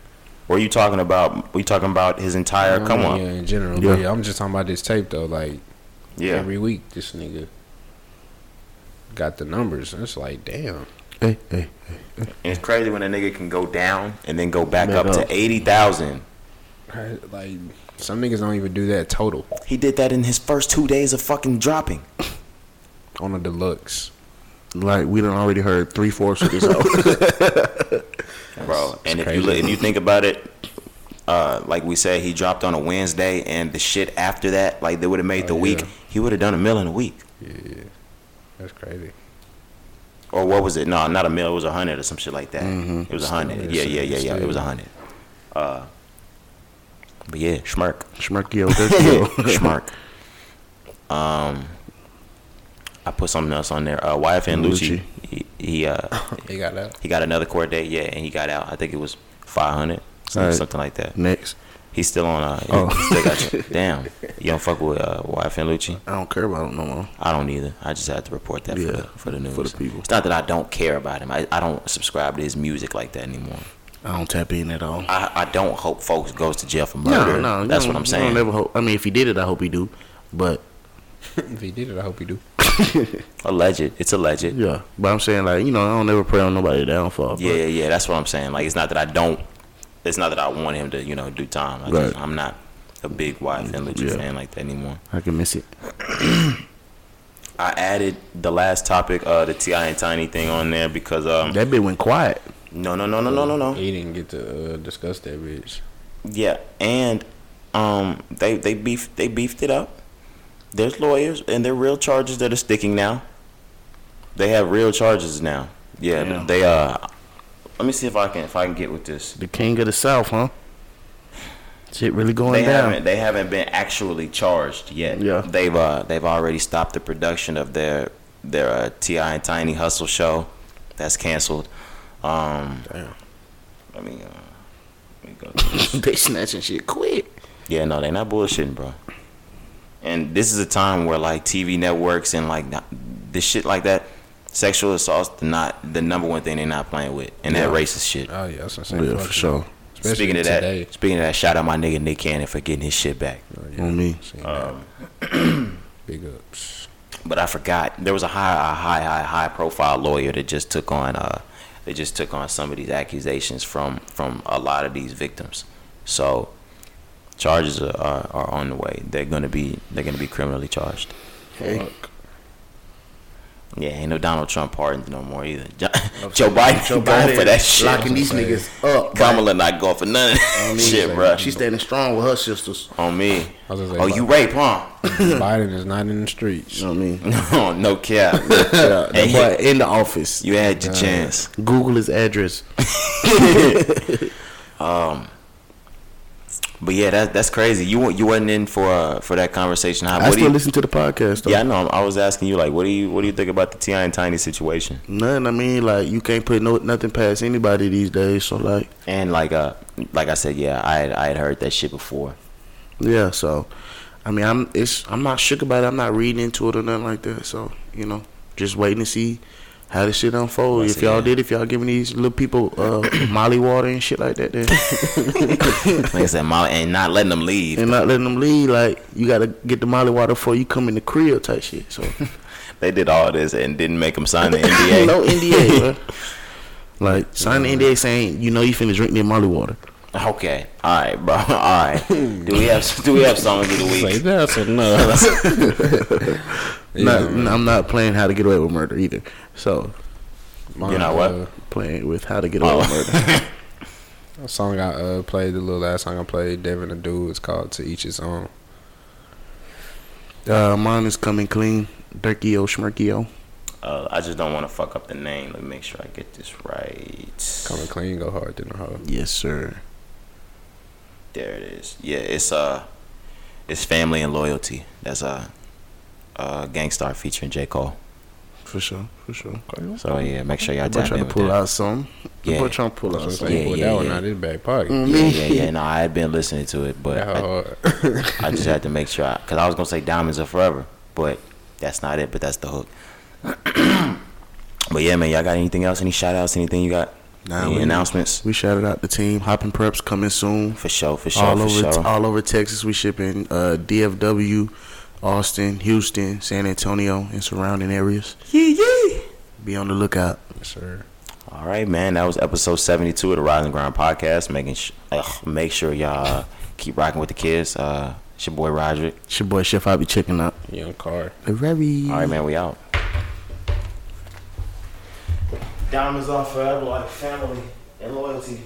Or you talking about? We talking about his entire
I
Uh, come
mean,
on?
Yeah, in general. but
Yeah.
yeah, I'm just talking about this tape though. Like
yeah.
every week, this nigga got the numbers. And it's like, damn.
Hey hey.
And it's crazy when a nigga can go down and then go back
Back
up,
up.
to 80,000.
Like some niggas don't even do that total
He did that in his first two days of fucking dropping.
on a deluxe.
Like we done already heard three fourths of this album.
Bro, and if
crazy.
you look, if you think about it, uh, like we said, he dropped on a Wednesday, and the shit after that, like they would have made
Oh,
the week,
yeah.
he would have done a mil in a week,
Yeah, that's crazy.
or what was it? No, not a mil, it was a hundred or some shit like that.
Mhm.
It was a hundred.
Mm-hmm. Still,
Yeah, yeah, yeah, yeah. It was a
still.
hundred. Uh, but yeah, schmirk.
Smirky yo, dirky yo.
Schmark. Um, I put something else on there. Uh, YFN Lucci.
Lucci.
He, he uh
He got that.
he got another court date. Yeah, and he got out. I think it was five hundred. Something,
Alright.
something like that.
Next,
He's still on. Uh,
Oh.
he still got you. Damn, you don't fuck with uh, YFN Lucci.
I don't care about him no more.
I don't either. I just had to report that for,
Yeah,
the, for the news.
for the people.
It's not that I don't care about him. I, I don't subscribe to his music like that anymore.
I don't tap in at all.
I, I don't hope folks goes to jail for
No,
murder.
no, you
that's
don't-
what I'm
you
saying.
don't ever hope- I mean, if he did it, I hope he do. But
if he did it, I hope he do.
Alleged. It's alleged. Yeah.
yeah, but I'm saying like you know, I don't ever pray on nobody downfall.
yeah, yeah, That's what I'm saying. Like it's not that I don't. It's not that I want him to you know do time. I just,
Right. Mm,
I'm not a big wife and Lucha
Yeah.
fan like that anymore.
I can miss it.
I added the last topic, uh, the Ti and Tiny thing on there because um,
That bit went quiet.
no, no, no, no, no, no, no.
He didn't get to uh, discuss that bitch.
Yeah, and um, they they beef they beefed it up. There's lawyers and there are real charges that are sticking now. They have real charges now. Yeah,
Yeah.
they uh. Let me see if I can if I can get with this.
The king of the south, huh? Shit really going
They
down.
haven't they haven't been actually charged yet.
Yeah.
they've uh they've already stopped the production of their their uh, Ti and Tiny Hustle show. That's canceled. Um,
Damn.
Let me. Uh, let me go to this.
they snatching shit quick.
Yeah, no, they not bullshitting, bro. And this is a time where like TV networks and like not- this shit like that, sexual assault's the not the number one thing they're not playing with, and that racist shit.
Oh yeah, that's what I'm saying.
Yeah,
Fuck
for sure.
it.
Speaking of
Especially
that,
today.
speaking of that, shout out my nigga Nick Cannon for getting his shit back.
On me.
Seen
um,
that. big ups.
But I forgot there was a high, a high, high, high profile lawyer that just took on, uh, they just took on some of these accusations from from a lot of these victims. So charges are, are, are on the way. They're gonna be they're gonna be criminally charged.
Hey.
Yeah, ain't no Donald Trump pardons no more either. Jo- Joe Biden going for that shit.
Locking these niggas up.
Kamala not going for none of that shit, bruh.
She's standing strong with her sisters.
on me.
I was gonna say,
Oh, you rape, huh?
Biden is not in the streets.
You know what I mean?
no, no cap.
Yeah, that
Hey.
boy in the office.
You had your chance.
Google his address.
But yeah, that, that's crazy. You wa- you wasn't in for uh, for that conversation. How,
I
what do
still
you,
listen to the podcast. Though.
Yeah, I know. I was asking you like, what do you what do you think about the Ti and Tiny situation?
None. I mean, like you can't put no nothing past anybody these days. So like,
And like uh, like I said, yeah, I had, I had heard that shit before.
yeah. So, I mean, I'm it's I'm not shook about it. I'm not reading into it or nothing like that. So you know, just waiting to see how this shit unfold.
Once
If y'all
again.
did, if y'all giving these little people uh, Molly water and shit like that, then
Like I said, my, and not letting them leave.
and not letting them leave, like you gotta get the Molly water before you come in the crib type shit. So
They did all this and didn't make them sign the NDA.
no NDA. Bro. Like sign the NDA saying you know you finna drink that Molly water.
Okay. All right, bro. All right. Do we have Do we have songs of the
Say
week?
that's enough.
Not, I'm not playing how to get away with murder either. So
You know what?
Uh,
playing with how to get away with murder.
a song I uh, played, the little last song I played, Devin the Dude, it's called To Each His Own.
Uh, mine is coming clean. Dirkio Schmirkio.
Uh, I just don't want to fuck up the name. Let me make sure I get this right.
Coming clean, go hard, then hard.
Yes, sir.
There it is. Yeah, it's uh, it's family and loyalty. That's a, uh, Gangstar featuring J Cole.
For sure. For sure.
So yeah, make sure y'all
The boy
tap in
trying to
with
pull
that.
out some. The
Yeah.
boy trying to pull
So
out
it's
some.
like,
Yeah,
boy,
yeah,
that one
yeah. Mm-hmm.
out his back pocket.
Yeah, yeah, yeah. No, I had been listening to it, but
That
I,
Oh.
hard.
I just had to make sure because I, was gonna say diamonds are forever, but that's not it. But that's the hook. but yeah, man, y'all got anything else? Any shout outs? Anything you got?
Nah,
Any
we-
announcements?
We shouted out the team. Hopping Preps coming soon.
For sure, for sure,
All
for
over
sure.
all over Texas we shipping uh, DFW, Austin, Houston, San Antonio, and surrounding areas. Yeah, yeah. Be on the lookout.
Yes, sir.
all right, man. That was episode seventy-two of the Rising Ground podcast. Making sh- ugh, make sure y'all uh, keep rocking with the kids. Uh, it's your boy Roderick.
It's your boy Chef. I'll be checking out.
Young Car.
The very.
All right, man. We out. Diamonds are forever, like family and loyalty.